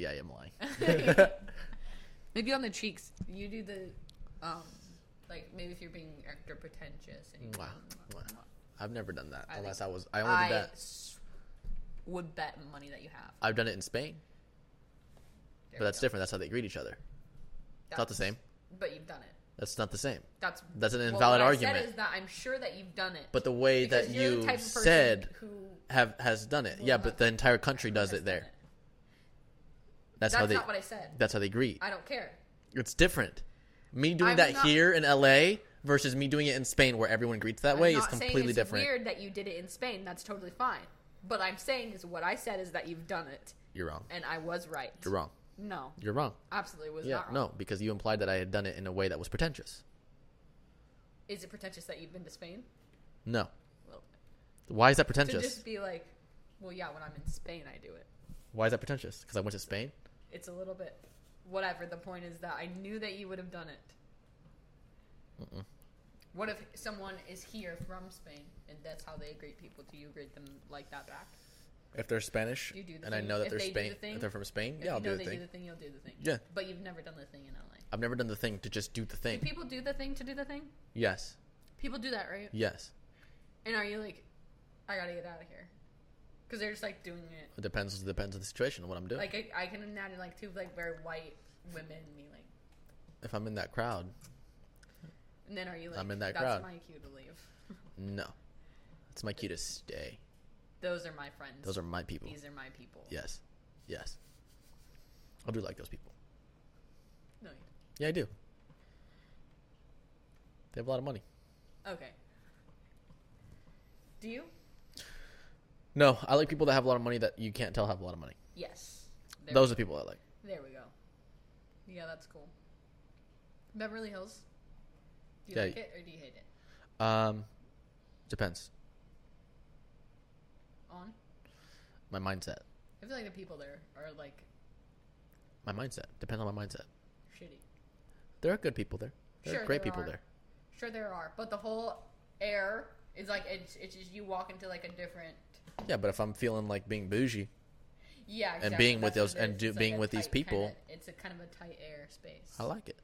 Yeah, I am lying.
lying. maybe on the cheeks. You do the, um, like maybe if you're being extra pretentious. And you
Mwah, mwah. I've never done that
I
unless
think-
I was I only
I
did that.
s- would bet money that you have.
I've done it in Spain,
There
but
we
that's
go.
different. That's how they greet each other. It's not the
That's-
same.
But you've done it.
That's not the same.
That's
That's an
well,
invalid
what I
argument.
said is that I'm sure that you've done it,
but the way
because
that
you're the
you
type of person
said
who
have has done it. yeah, but the entire country does it there.
That's,
That's, how they.
not what I said.
That's how they agree.
I don't care.
It's different. Me doing
I'm
that
not-
here in LA versus me doing it in Spain, where everyone greets that
I'm
way, is
not saying
completely
it's
different.
Weird that you did it in Spain. That's totally fine. But I'm saying is what I said is that you've done it,
You're wrong.
and I was right.
You're wrong.
No,
You're wrong.
absolutely was
Yeah,
not. Wrong.
no, because you implied that I had done it in a way that was pretentious.
Is it pretentious that you've been to Spain?
No.
Well,
Why is that
to
pretentious?
just be like, well, yeah, when I'm in Spain, I do it.
Why is that pretentious? Because I went to Spain.
It's a little bit, whatever. The point is that I knew that you would have done it. What if someone is here from Spain and that's how they greet people? Do you greet them like that back?
If they're Spanish,
You do the
and I
thing.
know that
If
they're
they do
Spain,
the thing,
if they're from Spain,
If
yeah, I'll
you know
do the
they
thing.
do the thing, you'll do the thing.
Yeah.
But you've never done the thing in LA.
I've never done the thing to just do the thing.
Do people do the thing to do the thing?
yes,
People do that, right?
yes.
And are you like, I gotta get out of here? Because they're just like doing it.
It depends. Depends on the situation and what I'm doing.
Like I, I can imagine like two like very white women me like,
if I'm in that crowd,
and then are you like,
I'm in that
that's
crowd."
my cue to leave.
no, it's my cue to stay.
Those are my friends.
Those are my people.
These are my people.
Yes, yes. I do like those people.
No.
Yeah, I do. They have a lot of money.
Okay. Do you?
No, I like people that have a lot of money that you can't tell have a lot of money.
Yes. There
Those are the people I like.
There we go. Yeah, that's cool. Beverly Hills. Do you
Yeah.
like it or do you hate it?
Um, depends.
On.
My mindset.
I feel like the people there are like
My mindset depends on my mindset.
shitty.
There are good people there. There
Sure,
are great
there
people
are.
there.
Sure, there are, but the whole air is like it's it's just you walk into like a different.
Yeah, but if I'm feeling like being bougie,
Yeah,
And
exactly.
being with
that's what
those-
it
and
is.
do-
It's
being
a
with these
tight
people-
kinda- it's a kind of a tight air space.
I like it.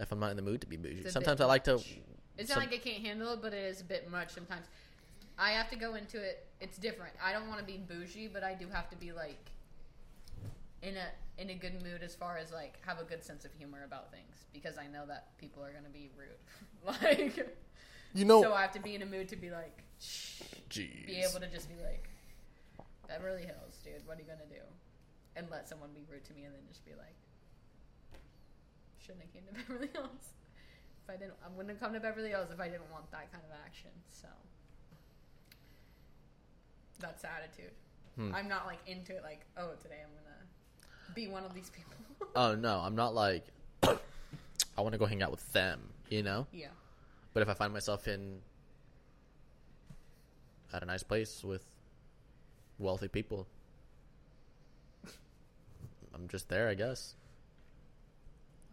If I'm not in the mood to be bougie,
It's a bit
sometimes I like to.
much. It's not
some-
like I can't handle it, but it is a bit much sometimes. I have to go into it. It's different. I don't want to be bougie, but I do have to be like in a in a good mood as far as like have a good sense of humor about things because I know that people are gonna be rude. like,
You know,
so I have to be in a mood to be like,
Jeez.
be able to just be like, Beverly Hills, dude. What are you gonna do? And let someone be rude to me, and then just be like, shouldn't have came to Beverly Hills. If I didn't, I wouldn't have come to Beverly Hills if I didn't want that kind of action. So that's the attitude.
Hmm.
I'm not like into it. Like, oh, today I'm gonna be one of these people.
Oh no, I'm not like. I want to go hang out with them, you know.
yeah,
But if I find myself in at a nice place with wealthy people, I'm just there, I guess.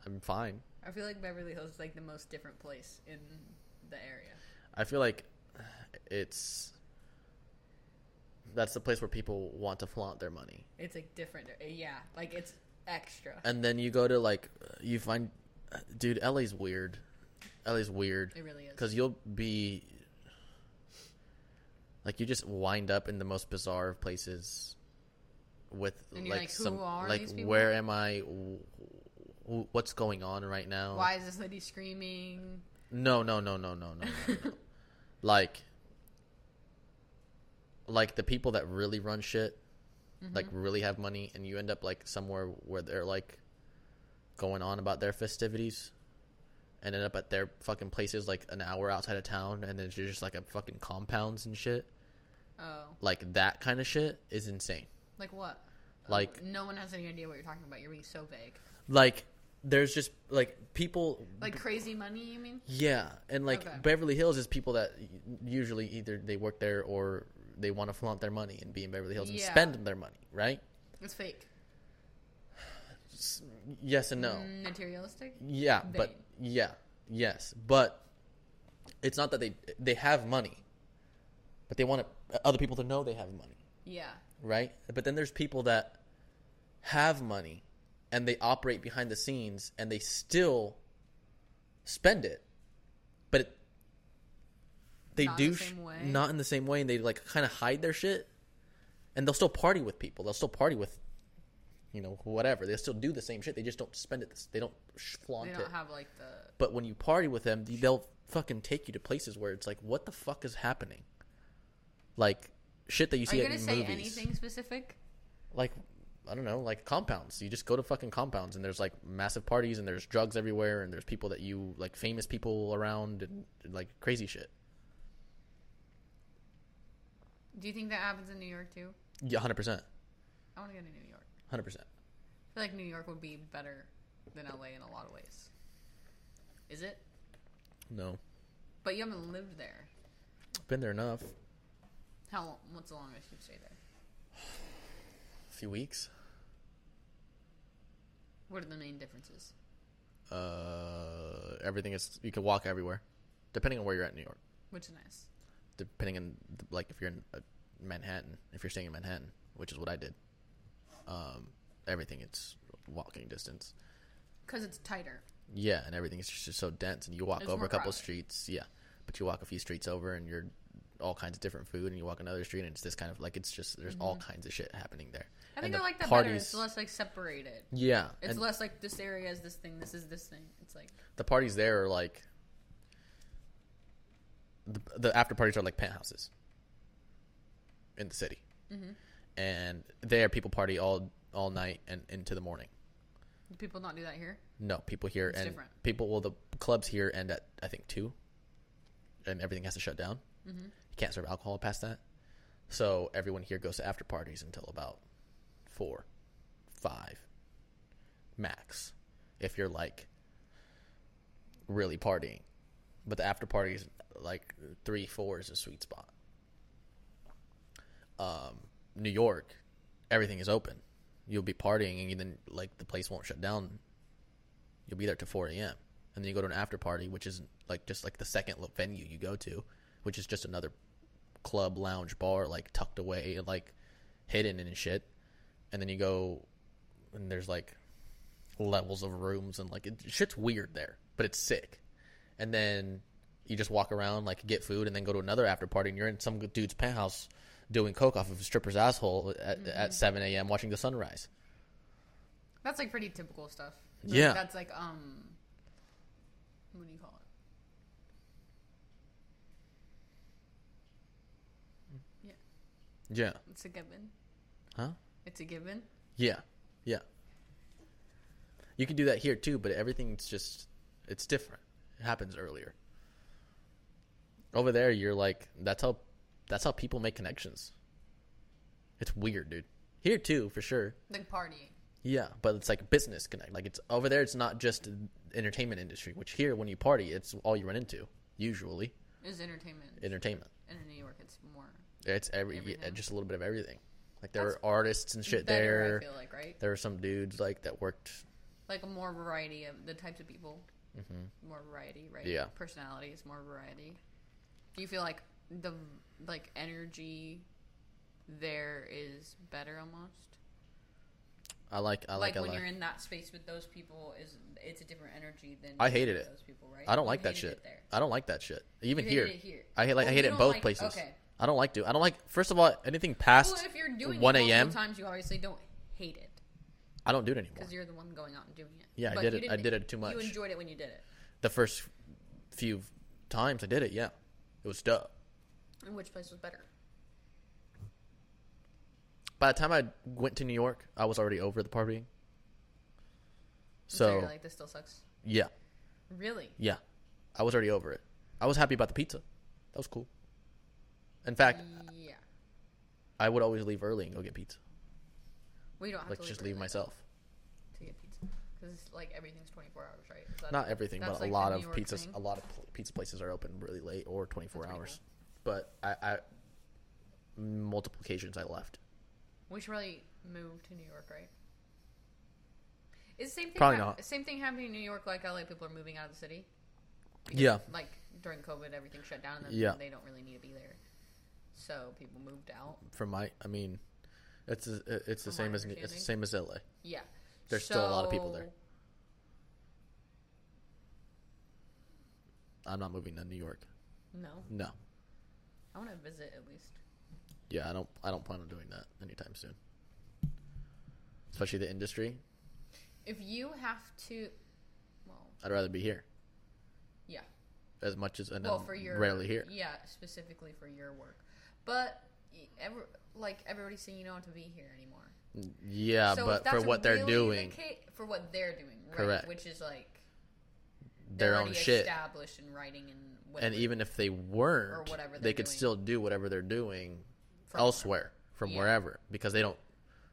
I'm fine.
I feel like Beverly Hills is like the most different place in the area.
I feel like it's that's the place where people want to flaunt their money.
It's like different. uh, Yeah, like it's extra.
And then you go to like you find dude, LA's weird. LA's weird.
It really is.
Cuz you'll be like you just wind up in the most bizarre places with
And
like
you're like, "Who
some
are
like
these people?"
where am I W- w- what's going on right now?
Why is this lady screaming?
No, no, no, no, no, no, no. no. like, like the people that really run shit,
Mm-hmm.
like really have money, and you end up like somewhere where they're like going on about their festivities, and end up at their fucking places like an hour outside of town, and then you're just like at fucking compounds and shit.
Oh,
Like that kind of shit is insane.
like what? Oh,
Like-
no one has any idea what you're talking about. You're being so vague.
Like there's just like people
Like crazy money, you mean?
Yeah, and like
Okay.
Beverly Hills is people that y- usually either they work there or they want to flaunt their money and be in Beverly Hills and
Yeah.
spend their money, right?
It's fake.
S- yes and no.
Mm, Materialistic.
Yeah, but
Vain.
yeah, yes, but it's not that they they have money, but they want it- other people to know they have money,
Yeah.
right? But then there's people that have money and they operate behind the scenes and they still spend it, but it, they
Not
do
the
sh-
same way?
not in the same way, and they like kind of hide their shit, and they'll still party with people. They'll still party with you know, whatever. They still do the same shit. They just don't spend it. They don't sh- flaunt
They don't
it.
have like the
but when you party with them, they'll fucking take you to places where it's like, what the fuck is happening? Like shit that you
Are
see
you
at
gonna
in
say
movies.
anything specific?
Like I don't know, like compounds. You just go to fucking compounds and there's like massive parties and there's drugs everywhere and there's people that you like famous people around and, and like crazy shit.
Do you think that happens in New York too?
Yeah, hundred percent,
I want to go to New York.
hundred percent.
I feel like New York would be better than LA in a lot of ways. Is it?
No,
But you haven't lived there.
been there enough.
How long? What's the longest you've stayed there?
A few weeks.
What are the main differences?
Uh, everything is you can walk everywhere, depending on where you're at in New York.
Which is nice.
depending on like if you're in uh, Manhattan, if you're staying in Manhattan, which is what I did. Um, everything it's walking distance.
Because it's tighter.
Yeah, and everything is just so dense, and you walk
It's
over
more
a couple
crowded.
streets. Yeah, but you walk a few streets over, and you're all kinds of different food, and you walk another street, and it's this kind of like it's just there's all kinds of shit happening there.
Mm-hmm. I
And
think
the
I like that better. It's less like separated.
Yeah,
It's
and
less like this area is this thing, this is this thing. It's like
the parties there are like the, the after parties are like penthouses in the city,
Mm-hmm.
and there people party all all night and into the morning.
do people not do that here.
No, people here and
different.
people. Well, the clubs here end at I think two, and everything has to shut down. You can't serve alcohol past that, so everyone here goes to after parties until about four, five, max, if you're like really partying. But the after parties, like three, four, is a sweet spot. Um, New York, everything is open. You'll be partying, and then like the place won't shut down you'll be there till 4 a.m. And then you go to an after party, which is like just like the second lo- venue you go to, which is just another club lounge bar like tucked away and like hidden and shit. And then you go and there's like levels of rooms and like it, shit's weird there, but it's sick. And then you just walk around like get food and then go to another after party and you're in some dude's penthouse doing coke off of a stripper's asshole at, at 7 a.m. watching the sunrise.
That's like pretty typical stuff.
Yeah.
That's like um what do you call it?
Yeah.
It's a given.
Huh?
It's a given.
Yeah, yeah. You can do that here too, but everything's just it's different. It happens earlier. Over there, you're like that's how that's how people make connections. It's weird, dude. Here too, for sure.
Like partying.
Yeah, but it's like business connect. Like it's over there. It's not just entertainment industry, which here when you party, it's all you run into usually
Is entertainment.
entertainment.
and in New York it's more
It's every
Everything.
just a little bit of everything. Like there
That's
are artists and shit
better,
there.
I feel like, right?
There were some dudes like that worked
Like a more variety of the types of people. Mm-hmm. More variety, right?
Yeah.
Personalities, more variety. Do you feel like the like energy there is better almost?
I like I like,
like,
I
when
like.
you're in that space with those people is it's a different energy than
I hated
with
it.
those people, right?
I don't
You
like that
hated it
shit.
there.
I don't like that shit. Even
You
here.
hated it here.
I hate like
Well,
I
you
hate it
don't
both
like-
places.
okay.
I don't like to. I don't like first of all anything past
Well, if you're doing
one
it multiple
a.m.
times, you obviously don't hate it
I don't do it anymore.
because you're the one going out and doing it.
Yeah, I
But
did
you
it- I
didn't-
did it too much.
You enjoyed it when you did it.
The first few times I did it, yeah, it was dope.
And which place was better?
By the time I went to New York, I was already over the partying. So
you're like this still sucks.
yeah,
Really?
yeah, I was already over it. I was happy about the pizza. That was cool. In fact,
Uh, Yeah.
I would always leave early and go get pizza.
We don't have
Like
to
just
leave
leave
early
myself.
to get pizza because like everything's 24 hours, right? Is that-
not everything, but
that's,
a
like, the
lot
New
of
York
pizzas.
thing?
A lot of pl- pizza places are open really late or twenty four
That's pretty
hours. But I, I, multiple occasions I left.
We should really move to New York, right? Is the same thing
Probably
hap-
not.
Same thing happening in New York, like LA. People are moving out of the city.
Yeah,
Like during COVID, everything shut down, and then
Yeah.
they don't really need to be there. So people moved out.
from my, I mean, it's a- it's the
From my
same as it's the same as LA.
Yeah.
There's still a lot of people there.
So-
I'm not moving to New York.
No,
No,
I want to visit at least.
yeah, I don't I don't plan on doing that anytime soon. especially the industry.
If you have to, well,
I'd rather be here
yeah.
as much as and
well
I'm
for your
rarely here.
yeah specifically for your work but y- ever like everybody's saying you don't have to be here anymore
Yeah,
so if
Uh, but for
that's
what
really
they're
the
doing,
ca- for what they're doing right
Correct.
which is like
their own
already
shit.
established in writing and whatever,
And even if they weren't,
Or whatever
they
they're
could
doing.
still do whatever they're doing
From
elsewhere from
Yeah.
wherever because they don't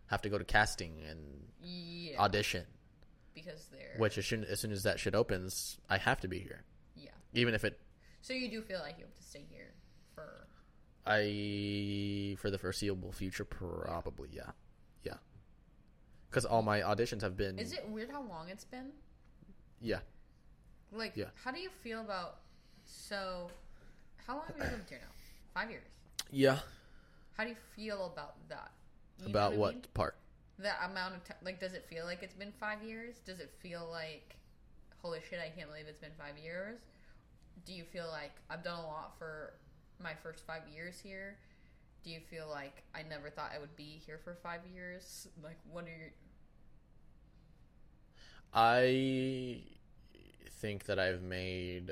have to go to casting and
yeah
audition.
because they're
Which as soon, as soon as that shit opens, I have to be here,
yeah
even if it
so you do feel like you have to stay here for
I for the foreseeable future probably yeah, yeah, because all my auditions have been
is it weird how long it's been
yeah
like
Yeah.
how do you feel about so how long have you lived here now five years
yeah
how do you feel about that You know
about
I
what
mean?
part
that amount of time like does it feel like it's been five years does it feel like holy shit i can't believe it's been five years do you feel like i've done a lot for my first five years here do you feel like i never thought i would be here for five years like what are your
I think that I've made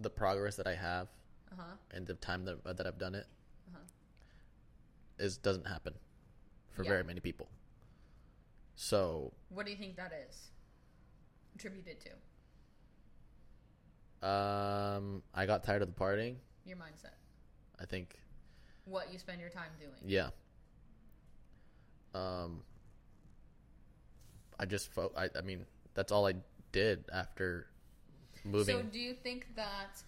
the progress that I have
uh-huh
and the time that that I've done it
Uh-huh.
is- doesn't happen for
Yeah.
very many people. So
what do you think that is attributed to
um, I got tired of the partying.
your mindset
I think
what you spend your time doing
yeah. Um, I just fo- I I mean that's all I did after moving.
So do you think that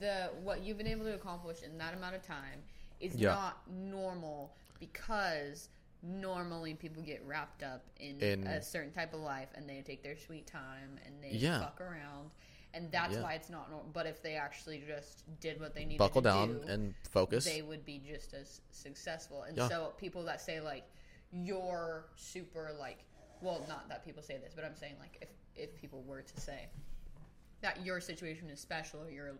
the what you've been able to accomplish in that amount of time is
Yeah.
not normal because normally people get wrapped up in,
In-
a certain type of life and they take their sweet time and they
Yeah.
fuck around and that's
Yeah.
why it's not normal. But if they actually just did what they needed
buckle
to
down
do,
and focus.
they would be just as successful. And
Yeah.
so people that say like you're super like well not that people say this, but I'm saying like if if people were to say that your situation is special or you're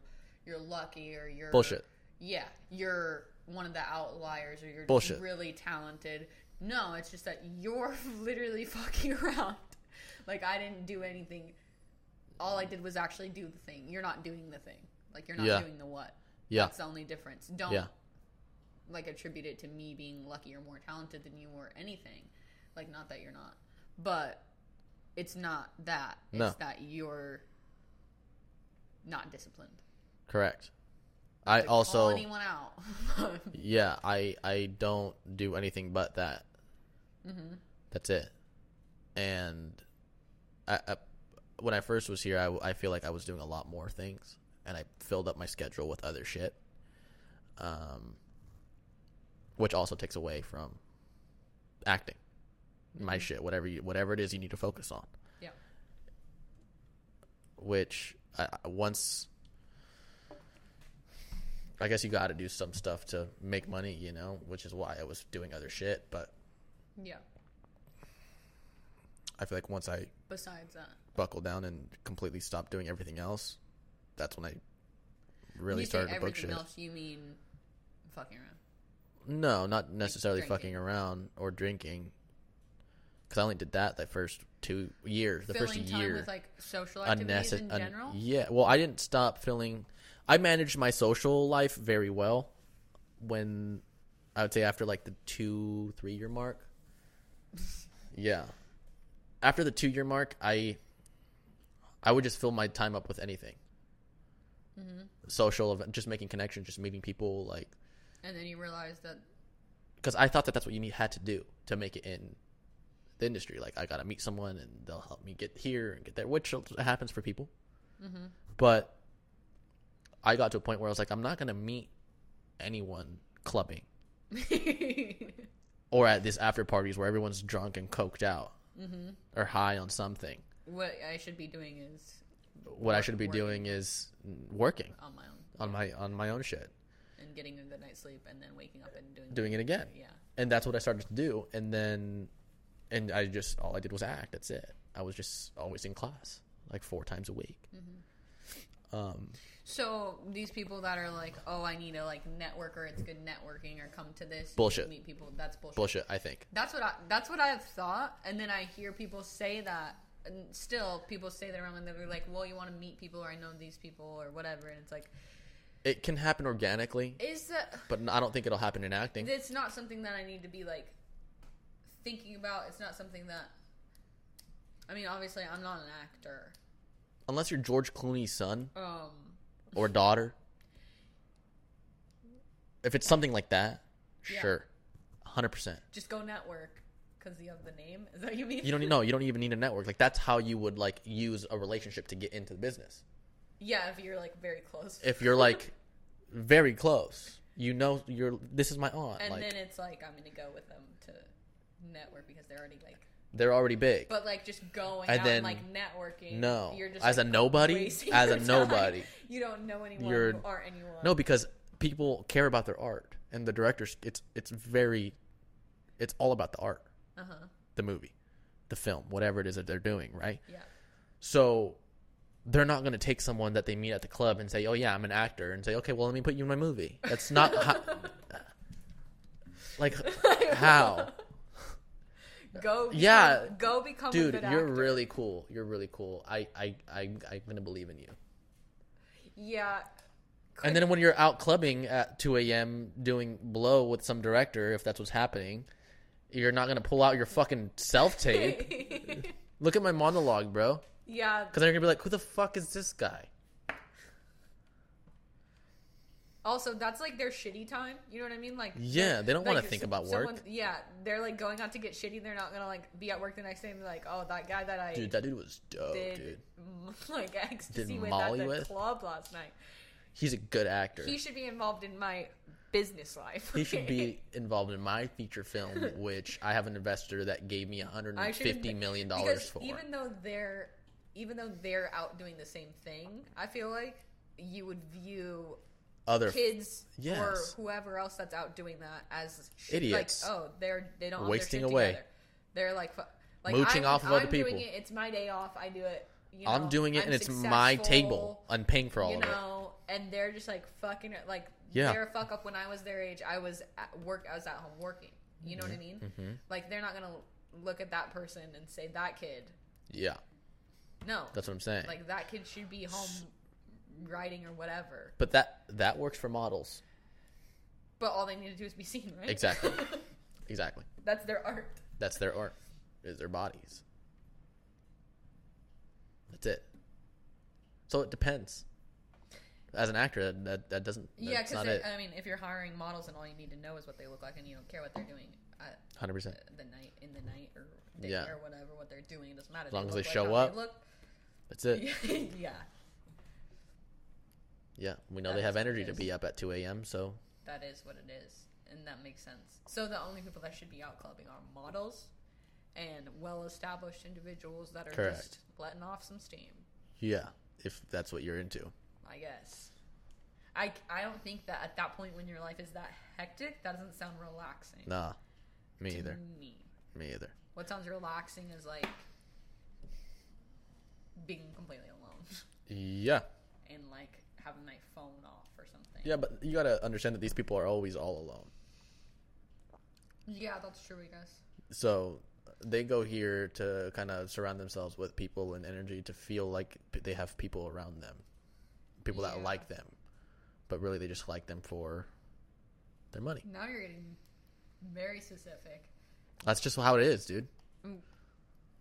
you're lucky or you're
Bullshit.
Yeah, you're one of the outliers or you're
Bullshit.
just really talented. No, it's just that you're literally fucking around. Like I didn't do anything. All I did was actually do the thing. You're not doing the thing. Like you're not
Yeah.
doing the what.
Yeah.
That's the only difference. Don't
Yeah.
like attribute it to me being lucky or more talented than you or anything. Like not that you're not, but it's not that.
No.
It's that you're not disciplined.
Correct. I
To call
also
anyone out.
yeah, I I don't do anything but that. That's it. And I, I when I first was here, I, w- I feel like I was doing a lot more things, and I filled up my schedule with other shit, um, which also takes away from acting, my shit, whatever you whatever it is you need to focus on.
yeah.
which I, I- once I guess you got to do some stuff to make money, you know, which is why I was doing other shit. But
Yeah.
I feel like once I
Besides that,
buckled down and completely stopped doing everything else, that's when I really
you say
started to book
everything
shit.
else. You mean fucking around?
No, not necessarily
drinking.
fucking around or drinking. Because I only did that the first two years, the
Filling
first
time
year.
with like social activities
Unnecess-
in
un-
general.
yeah. Well, I didn't stop feeling. I managed my social life very well. When I would say after like the two three year mark. yeah. After the two year mark, I I would just fill my time up with anything.
Mm-hmm.
Social event, just making connections, just meeting people, like
and then you realize that
because I thought that that's what you need, had to do to make it in the industry. Like I gotta meet someone and they'll help me get here and get there, which happens for people. But I got to a point where I was like, I'm not gonna meet anyone clubbing or at these after parties where everyone's drunk and coked out or high on something.
what I should be doing is
What I should be
Working.
doing is working
on my own
on my on my own shit,
and getting a good night's sleep and then waking up and doing
doing it again.
yeah.
and that's what I started to do. And then, and I just all I
Mm-hmm.
did was act. That's it. I was just always in class, like four times a week. Um,
So these people that are like, oh, I need to like network or it's good networking or come to this
Bullshit.
meet people. That's bullshit.
bullshit, I think.
That's what I. That's what I've thought, and then I hear people say that. And still, people say that around, and they're like, "Well, you want to meet people, or I know these people, or whatever." And it's like,
It can happen organically,
is that?
but I don't think it'll happen in acting.
It's not something that I need to be like thinking about. It's not something that. I mean, obviously, I'm not an actor.
Unless you're George Clooney's son
Um,
or daughter. If it's something like that,
Yeah.
sure. 100%.
just go network because you have the name. Is that what you mean?
You don't need, no, you don't even need a network. Like that's how you would like use a relationship to get into the business.
yeah, if you're like very close.
If you're like very close, you know you're this is my aunt.
and
like
then it's like I'm gonna go with them to network because they're already like.
they're already big.
But like just going
And
out
then-
and like networking.
no.
you're just
As a
like,
nobody?
wasting
As
your
a
time.
nobody.
You don't know anyone.
You're-
you aren't anyone.
No, because people care about their art, and the directors. It's it's very, it's all about the art,
Uh huh.
the movie, the film, whatever it is that they're doing, right?
Yeah.
So, they're not going to take someone that they meet at the club and say, "Oh yeah, I'm an actor," and say, "Okay, well let me put you in my movie." That's not how, like how,
Go. Become,
Yeah.
Go become. a
dude.
good
You're
actor.
really cool. You're really cool. I I I I'm gonna believe in you.
Yeah.
And then when you're out clubbing at 2 a.m. doing blow with some director, if that's what's happening, you're not gonna pull out your fucking self tape. Look at my monologue, bro,
yeah.
because they're gonna be like, "Who the fuck is this guy?"
Also, that's like their shitty time. You know what I mean? Like.
Yeah, they don't want
like,
to think
some-
about work,
someone- Yeah, they're like going out to get shitty. They're not gonna like be at work the next day and be like, "Oh, that guy that I
dude. That dude was dope,
did
dude.
like ecstasy with
Molly
at the
with?
club last night."
He's a good actor.
He should be involved in my business life.
He should be involved in my feature film, which I have an investor that gave me 150 million dollars
Because
for.
Even though they're even though they're out doing the same thing, I feel like you would view
Other
kids or
yes.
whoever else that's out doing that as sh-
Idiots.
Like, oh, they're they don't have
Wasting
their shit
away.
Together. They're like, fu- like
Mooching
I'm,
off of
I'm
other
doing
people.
It, it's my day off. I do it. You know,
I'm doing it,
I'm
and it's my
successful,
table. I'm paying for all
you
of it.
know, and they're just like fucking it. Like
Yeah.
they're a fuck up. When I was their age, I was at work. I was at home working. You know what I
Mm-hmm.
mean? Like they're not gonna look at that person and say that kid.
Yeah,
No,
that's what I'm saying.
like that kid should be home riding or whatever.
but that that works for models.
But all they need to do is be seen, right?
Exactly. Exactly.
That's their art.
That's their art. Is their bodies. That's it. So it depends. As an actor, that that, that doesn't.
Yeah,
That's
because
not it.
I mean, if you're hiring models and all you need to know is what they look like, and you don't care what they're doing at
Hundred percent.
the night, in the night, or day,
Yeah.
or whatever, what they're doing, it doesn't matter. As
long as they show up.
look.
That's it.
yeah,
Yeah, we know
That
they
is
have
what
energy
it
to
is.
be up at two a.m. So
that is what it is, and that makes sense. So the only people that should be out clubbing are models and well-established individuals that are just
Correct.
letting off some steam.
yeah, if that's what you're into,
I guess. I, I don't think that at that point when your life is that hectic, that doesn't sound relaxing.
nah, me
to
either.
Me.
Me either.
What sounds relaxing is like being completely alone
Yeah,
and like having my phone off or something.
yeah, but you gotta understand that these people are always all alone.
Yeah, that's true, I guess.
so they go here to kind of surround themselves with people and energy to feel like p- they have people around them people that
Yeah.
like them but really they just like them for their money
Now you're getting very specific.
that's just how it is dude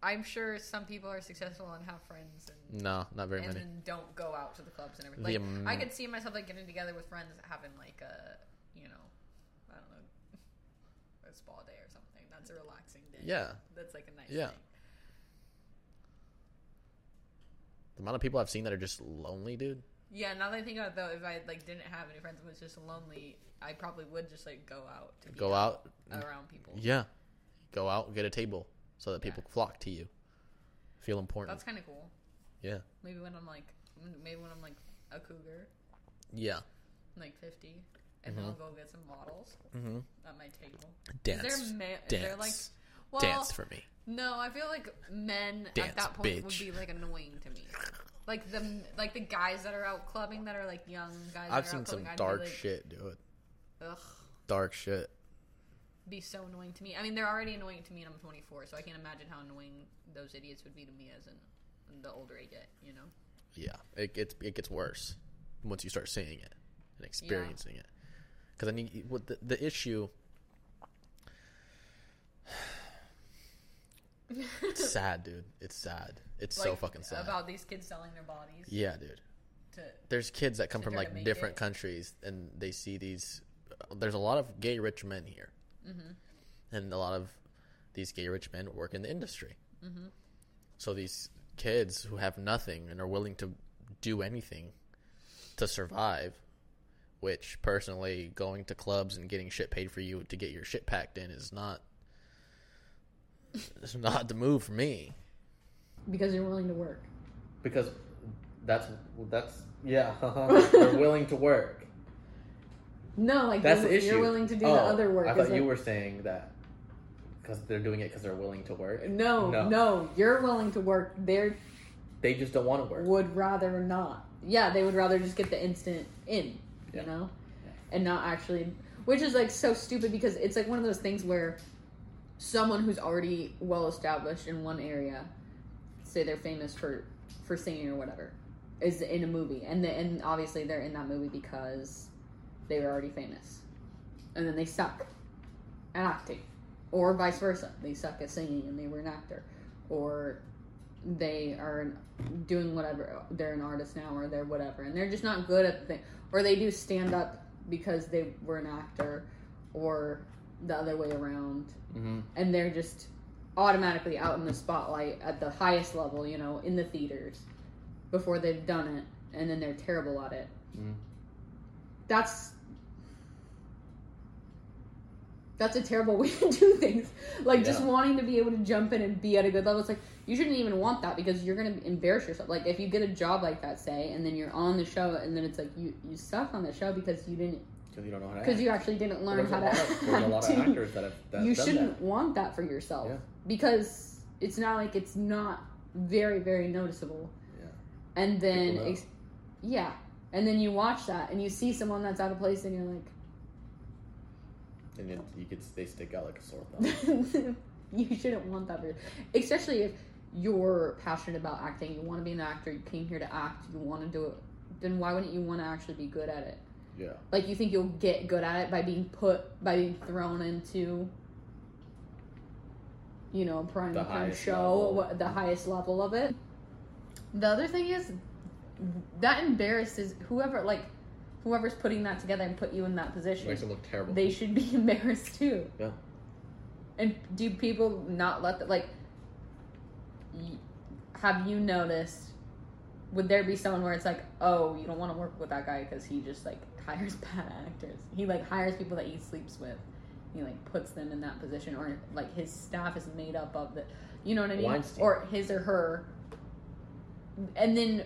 I'm sure some people are successful and have friends and,
no not Mm, very
and
many mm.
then don't go out to the clubs and everything.
The
Like
am-
I could see myself like getting together with friends having like a you know, I don't know a spa day or something. That's a relaxing day.
yeah
That's like a nice
Yeah.
thing.
the amount of people i've seen that are just lonely dude
Yeah, now that I think about it, though, if I like didn't have any friends and was just lonely, I probably would just like go out to be
go out
around people.
yeah go out get a table so that people flock to you feel important
That's kind of cool.
yeah
Maybe when I'm like, maybe when I'm like a cougar,
yeah
like fifty, and then I'll go get some models
mm-hmm.
at my table.
dance
Is there ma- Is there like
dance
Well,
dance for me.
No, I feel like men
Dance,
at that point would
bitch.
be like annoying to me. Like the like the guys that are out clubbing that are like young guys. that
I've
are
seen
out
some
clubbing, I'd be
dark
like,
shit, dude.
Ugh,
Dark shit.
be so annoying to me. I mean, they're already annoying to me, and I'm 24, so I can't imagine how annoying those idiots would be to me as an the older I get. You know.
Yeah, it gets it gets worse once you start seeing it and experiencing it. 'Cause it. Because I mean, what the, the issue. it's sad, dude. It's sad. It's so
Like,
fucking sad.
about these kids selling their bodies
yeah, dude.
to
There's kids that come from
they're gonna
like
make
different
it?
countries, and they see these. There's a lot of gay rich men here,
Mm-hmm.
and a lot of these gay rich men work in the industry.
Mm-hmm.
So these kids who have nothing and are willing to do anything to survive, which personally going to clubs and getting shit paid for you to get your shit packed in is not it's not the move for me
because you're willing to work.
because that's that's yeah they're willing to work.
No, like
That's
you're,
the issue.
you're willing to do
Oh,
the other work.
I
It's
thought
like-
you were saying that because they're doing it because they're willing to work.
No,
No.
no, you're willing to work. They
They just don't want to work.
would rather not. Yeah, they would rather just get the instant in,
Yeah.
you know,
Yeah.
and not actually, which is like so stupid because it's like one of those things where someone who's already well established in one area, say they're famous for for singing or whatever, is in a movie, and the, and obviously they're in that movie because they were already famous, and then they suck at acting, or vice versa. They suck at singing and they were an actor, or they are an- doing whatever. They're an artist now, or they're whatever, and they're just not good at the thing. Or they do stand up because they were an actor, or the other way around,
hmm
and they're just automatically out in the spotlight at the highest level, you know, in the theaters before they've done it, and then they're terrible at it.
Mhm.
That's that's a terrible way to do things. Like just
Yeah.
wanting to be able to jump in and be at a good level. It's like you shouldn't even want that because you're gonna embarrass yourself. Like if you get a job like that, say, and then you're on the show, and then it's like you you suck on the show because you didn't
Because you don't know how to.
because
act.
you actually didn't learn
there's
how
a
to.
lot of, there's a lot of
act.
actors that have that
you
have done
shouldn't want that for yourself
Yeah.
because it's not like it's not very very noticeable
Yeah.
and then
People know.
ex- yeah and then you watch that and you see someone that's out of place and
that, and it, you could they stick out like a sore thumb.
you're like you shouldn't want that for your- especially if you're passionate about acting you want to be an actor you came here to act you want to do it then why wouldn't you want to actually be good at it
yeah,
like you think you'll get good at it by being put by being thrown into you know a prime
The
time
highest
show
level.
what- the highest level of it the other thing is that embarrasses whoever like whoever's putting that together and put you in that
it
position
makes it look terrible.
they should be embarrassed too
Yeah.
and do people not let the like y- have you noticed would there be someone where it's like oh you don't want to work with that guy because he just like hires bad actors he like hires people that he sleeps with he like puts them in that position or like his staff is made up of the you know what i mean
Weinstein.
or his or her and then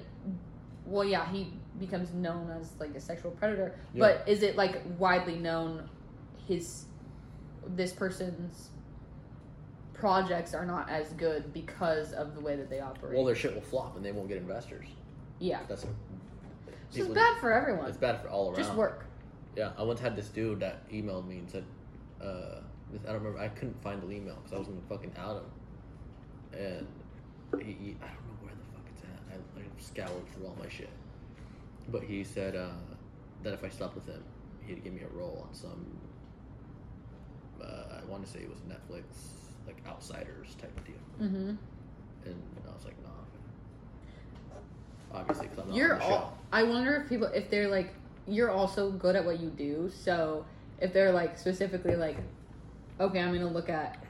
well yeah he becomes known as like a sexual predator
Yeah.
but is it like widely known his this person's projects are not as good because of the way that they operate.
well, their shit will flop and they won't get investors.
yeah,
That's what
which is
people-
bad for everyone.
It's bad for all around.
Just work.
Yeah, I once had this dude that emailed me and said, uh, this, I don't remember, I couldn't find the email because I was gonna fucking out him. And he, he- I don't know where the fuck it's at. I, I scoured through all my shit. But he said uh, that if I slept with him, he'd give me a role on some, uh, I want to say it was Netflix, like Outsiders type of deal.
Mm-hmm.
And I was like, nah. Obviously, because I'm not
You're
on the show.
all. I wonder if people, if they're like, you're also good at what you do. So if they're like specifically like, okay, I'm gonna look at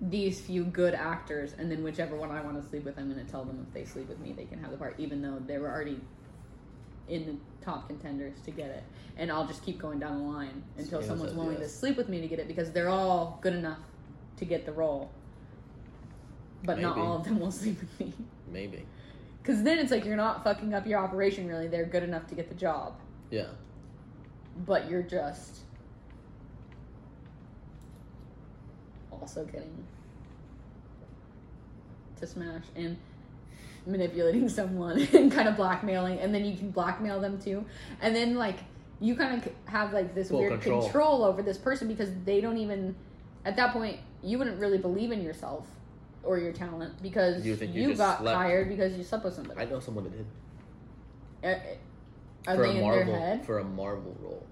these few good actors, and then whichever one I want to sleep with, I'm gonna tell them if they sleep with me, they can have the part, even though they were already in the top contenders to get it. And I'll just keep going down the line until
Yeah,
someone's
that-
willing to
yes.
sleep with me to get it because they're all good enough to get the role. But not
Maybe.
all of them will sleep with me.
Maybe.
Because then it's like you're not fucking up your operation really. They're good enough to get the job,
Yeah.
but you're just also getting to smash and manipulating someone and kind of blackmailing, and then you can blackmail them too, and then like you kind of have like this
Full
weird
control.
control. over this person because they don't even at that point you wouldn't really believe in yourself or your talent because
You
you,
think you just
got
slept-
hired because you slept with somebody.
I know someone that did
Are, are
for
they
a
in
Marvel
their head?
for a Marvel role.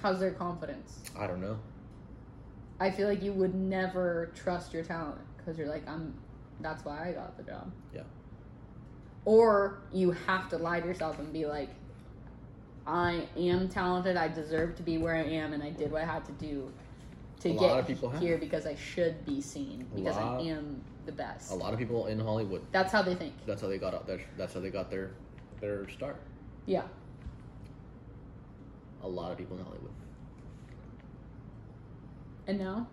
How's their confidence?
I don't know.
I feel like you would never trust your talent because you're like, I'm. That's why I got the job.
Yeah.
Or you have to lie to yourself and be like, I am talented. I deserve to be where I am, and I did what I had to do to
A
get
lot of people have.
here because I should be seen
A
because
lot-
I am the best.
A lot of people in Hollywood.
That's how they think.
That's how they got out there. That's how they got their their start.
Yeah.
A lot of people in Hollywood.
And now,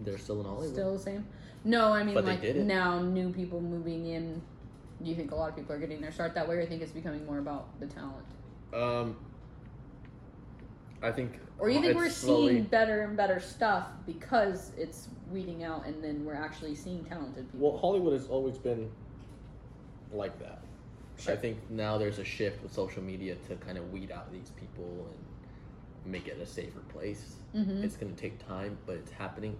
They're still in Hollywood.
still the same. No, I mean,
But they
like
did it.
now, new people moving in. Do you think a lot of people are getting their start that way, or you think it's becoming more about the talent?
Um, I think.
Or you think
it's
we're
slowly-
seeing better and better stuff because it's weeding out and then we're actually seeing talented people.
Well, Hollywood has always been like that. I
Sure.
think now there's a shift with social media to kind of weed out these people and make it a safer place.
Mhm.
It's going to take time, but it's happening.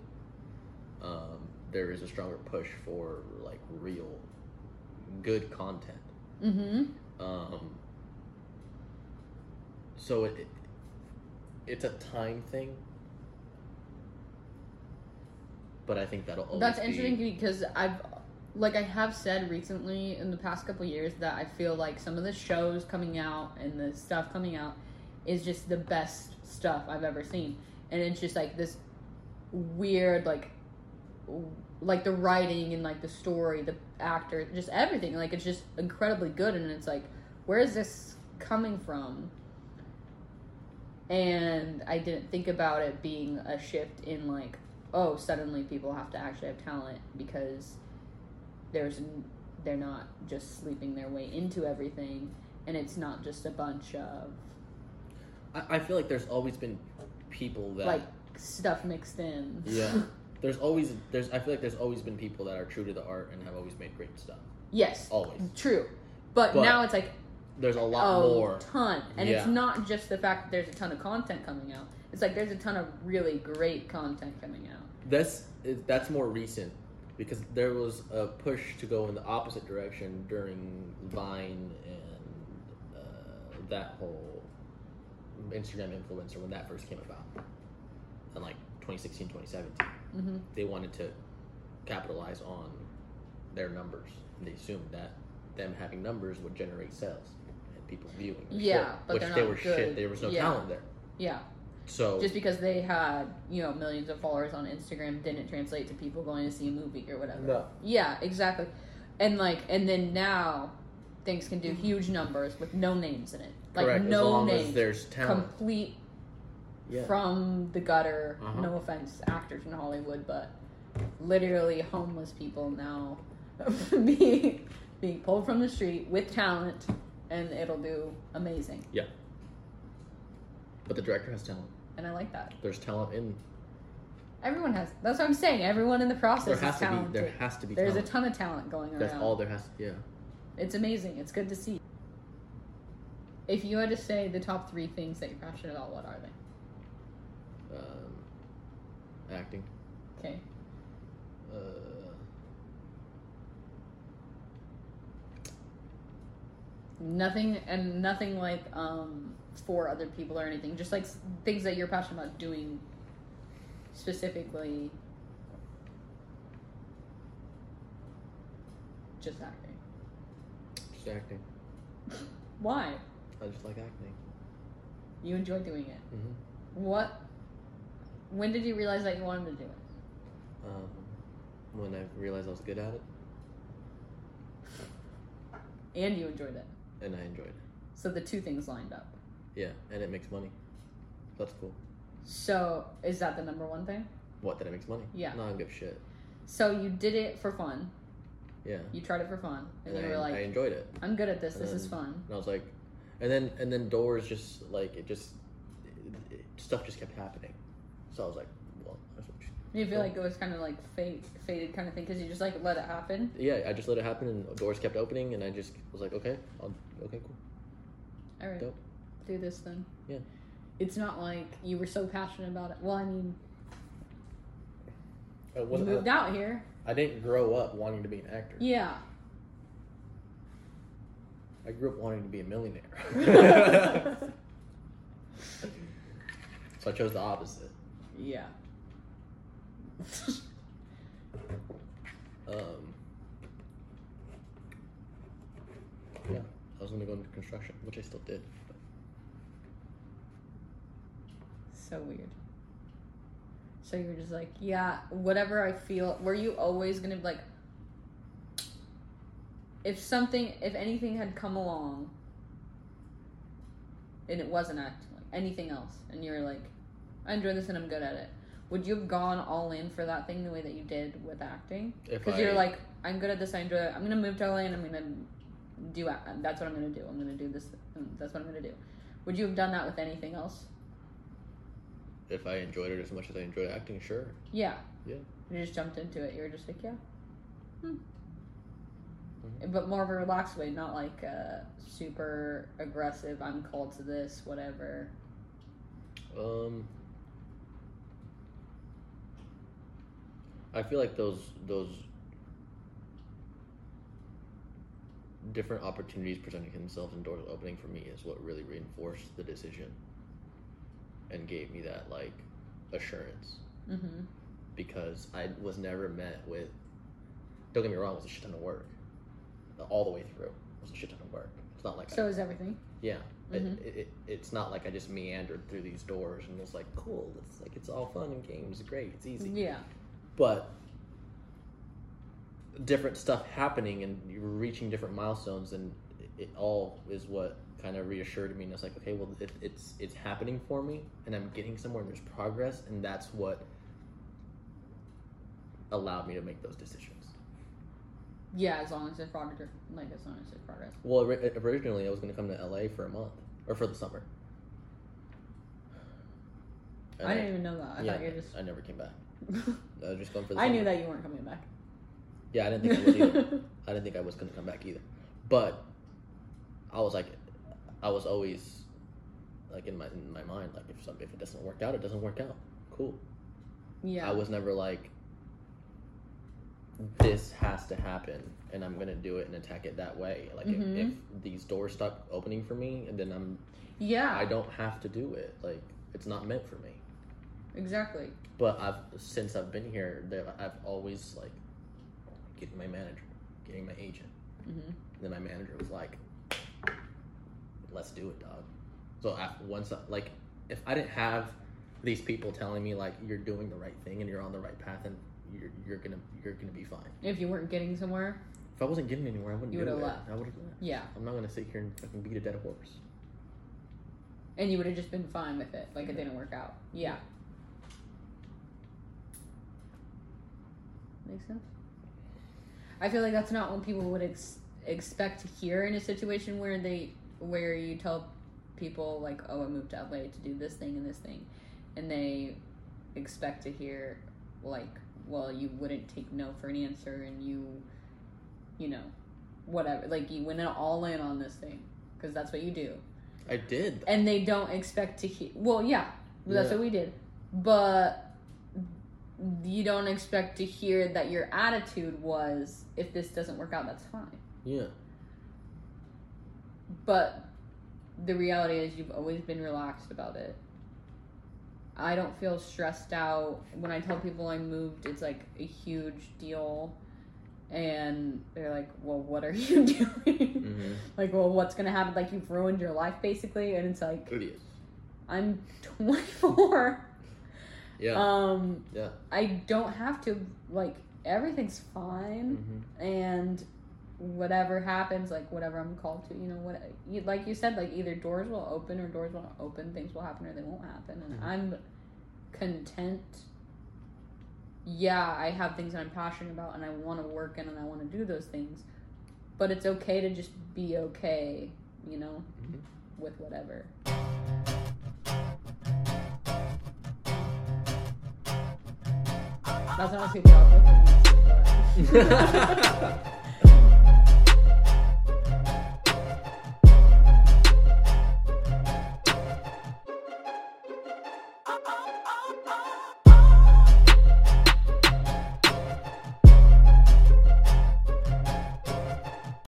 Um, there is a stronger push for like real, good content.
mm-hmm.
Um, so it, it it's a time thing, but I think that'll always
That's
be-
interesting because I've like I have said recently in the past couple years that I feel like some of the shows coming out and the stuff coming out is just the best stuff I've ever seen. And it's just like this weird like w- like the writing and like the story, the actor, just everything. Like it's just incredibly good and it's like where is this coming from? And I didn't think about it being a shift in like oh, suddenly people have to actually have talent because there's n- they're not just sleeping their way into everything, and it's not just a bunch of
I, I feel like there's always been people that
like stuff mixed in.
yeah. There's always there's I feel like there's always been people that are true to the art and have always made great stuff.
yes,
Always.
true. But,
But
now it's like
There's a
a
lot more.
ton, and it's
Yeah.
not just the fact that there's a ton of content coming out. It's like there's a ton of really great content coming out.
That's it- that's more recent because there was a push to go in the opposite direction during Vine and uh, that whole Instagram influencer when that first came about in like 2016 2017.
hmm
they wanted to capitalize on their numbers. And they assumed that them having numbers would generate sales and people viewing. their
Yeah,
shit,
but
which
they're
they
not
were shit.
good.
There was no
Yeah.
talent there.
Yeah,
So
just because they had you know millions of followers on Instagram didn't translate to people going to see a movie or whatever.
no,
Yeah, exactly. And like, and then now things can do huge numbers with no names in it. Like
correct. as
no
long as
names,
there's talent,
complete
yeah.
from the gutter.
Uh-huh.
No offense, actors in Hollywood, but literally homeless people now being being pulled from the street with talent, and it'll do amazing.
but the director has talent.
And I like that.
There's talent in
Everyone has. That's what I'm saying. Everyone in the
there
process
has
is
to be
talented.
there has to be
There's
talent.
a ton of talent going
That's
around.
all there has. Yeah,
It's amazing. It's good to see. If you had to say the top three things that you're passionate about, what are they?
um, acting.
Okay.
Uh,
Nothing and nothing like um, for other people or anything. Just like s- things that you're passionate about doing specifically. Just acting.
just acting.
Why?
I just like acting.
You enjoy doing it.
hmm
What? When did you realize that you wanted to do it?
Um, when I realized I was good at it
And you enjoyed it.
and I enjoyed it.
So the two things lined up.
Yeah, and it makes money. That's cool.
So is that the number one thing?
What? That it makes money?
Yeah.
No, I don't give a shit.
So you did it for fun.
Yeah.
You tried it for fun, and,
And
you
I,
were
I Um,
like,
enjoyed it,
"I'm good at this. This is
and-
fun."
and I was like, and then and then doors just like it just it, it- stuff just kept happening, so I was like, well, that's what you-
You feel like it was kind of like fate, fated kind of thing because you just like let it happen.
Yeah, I just let it happen, and doors kept opening, and I just was like, okay, I'll, okay, cool.
All right,
Dope.
do this then.
Yeah.
It's not like you were so passionate about it. Well, I mean,
I,
you
wasn't,
moved
I,
out here.
I didn't grow up wanting to be an actor.
Yeah.
I grew up wanting to be a millionaire. so I chose the opposite.
Yeah.
Um, yeah, I was gonna go into construction, which I still did. But
so weird. So you were just like, yeah, whatever I feel. Were you always gonna be like, if something, if anything had come along, and it wasn't acting, like anything else, and you're like, I enjoy this and I'm good at it. Would you have gone all in for that thing the way that you did with acting?
if
Because
I-
you're like, I'm good at this. I enjoy it. I'm gonna move to LA and I'm gonna do. a- That's what I'm gonna do. I'm gonna do this. and That's what I'm gonna do. Would you have done that with anything else?
if I enjoyed it as much as I enjoyed acting, sure.
Yeah.
Yeah.
You just jumped into it. You were just like, yeah. Hmm.
Mm-hmm.
But more of a relaxed way, not like uh, super aggressive. I'm called to this, whatever.
Um, I feel like those those different opportunities presenting themselves and doors opening for me is what really reinforced the decision and gave me that like assurance
hmm
because I was never met with. Don't get me wrong, it was a shit ton of work, all the way through. It was a shit ton of work. It's not like I-
So is everything.
yeah,
Mhm.
it, it, it, it's not like I just meandered through these doors and was like, cool. It's like it's all fun and games, great, it's easy.
Yeah.
But different stuff happening and you're reaching different milestones, and it, it all is what kind of reassured me. And it's like, okay, well, it, it's it's happening for me, and I'm getting somewhere, and there's progress, and that's what allowed me to make those decisions.
Yeah, as long as it's progress. Like, as long as it's progress.
Well, ori- originally I was going to come to LA for a month or for the summer. And
I didn't even know that. I
yeah,
thought you were just.
I never came back. I was just going for the.
I
summer.
knew that you weren't coming back.
Yeah, I didn't think I would either. I didn't think I was going to come back either, but I was like, I was always like in my in my mind like if some if it doesn't work out, it doesn't work out. Cool.
yeah.
I was never like, this has to happen, and I'm gonna do it and attack it that way. Like
Mhm.
if, if these doors stop opening for me, and then I'm
yeah.
I don't have to do it. Like it's not meant for me.
Exactly.
But I've since I've been here, there- I've always like getting my manager, getting my agent.
hmm
And then my manager was like, "Let's do it, dog." So I, once, I, like, if I didn't have these people telling me like you're doing the right thing and you're on the right path and you're you're gonna you're gonna be fine.
If you weren't getting somewhere,
If I wasn't getting anywhere, I wouldn't
You
do it.
would've left.
I would have left.
yeah,
I'm not gonna sit here and fucking beat a dead horse.
and you would have just been fine with it. Like it didn't work out. Yeah. Makes sense. I feel like that's not what people would ex- expect to hear in a situation where they where you tell people like, "Oh, I moved to LA to do this thing and this thing," and they expect to hear like, "Well, you wouldn't take no for an answer, and you, you know, whatever. Like you went all in on this thing because that's what you do."
I did.
and they don't expect to hear. Well, yeah, that's
Yeah.
what we did, but you don't expect to hear that your attitude was, if this doesn't work out, that's fine.
Yeah.
But the reality is, you've always been relaxed about it. I don't feel stressed out when I tell people I moved. It's like a huge deal, and they're like, "Well, what are you doing?
Mm-hmm.
like, well, what's gonna happen? Like, you've ruined your life, basically." And it's like, I'm 24.
Yeah.
Um,
yeah.
I don't have to like everything's fine,
Mm-hmm.
and whatever happens, like whatever I'm called to, you know what? You, like you said, like either doors will open or doors won't open. Things will happen or they won't happen, and
Mhm.
I'm content. Yeah, I have things that I'm passionate about, and I want to work in, and I want to do those things. But it's okay to just be okay, you know,
Mhm.
with whatever.
I
That's what I was thinking.
Sorry.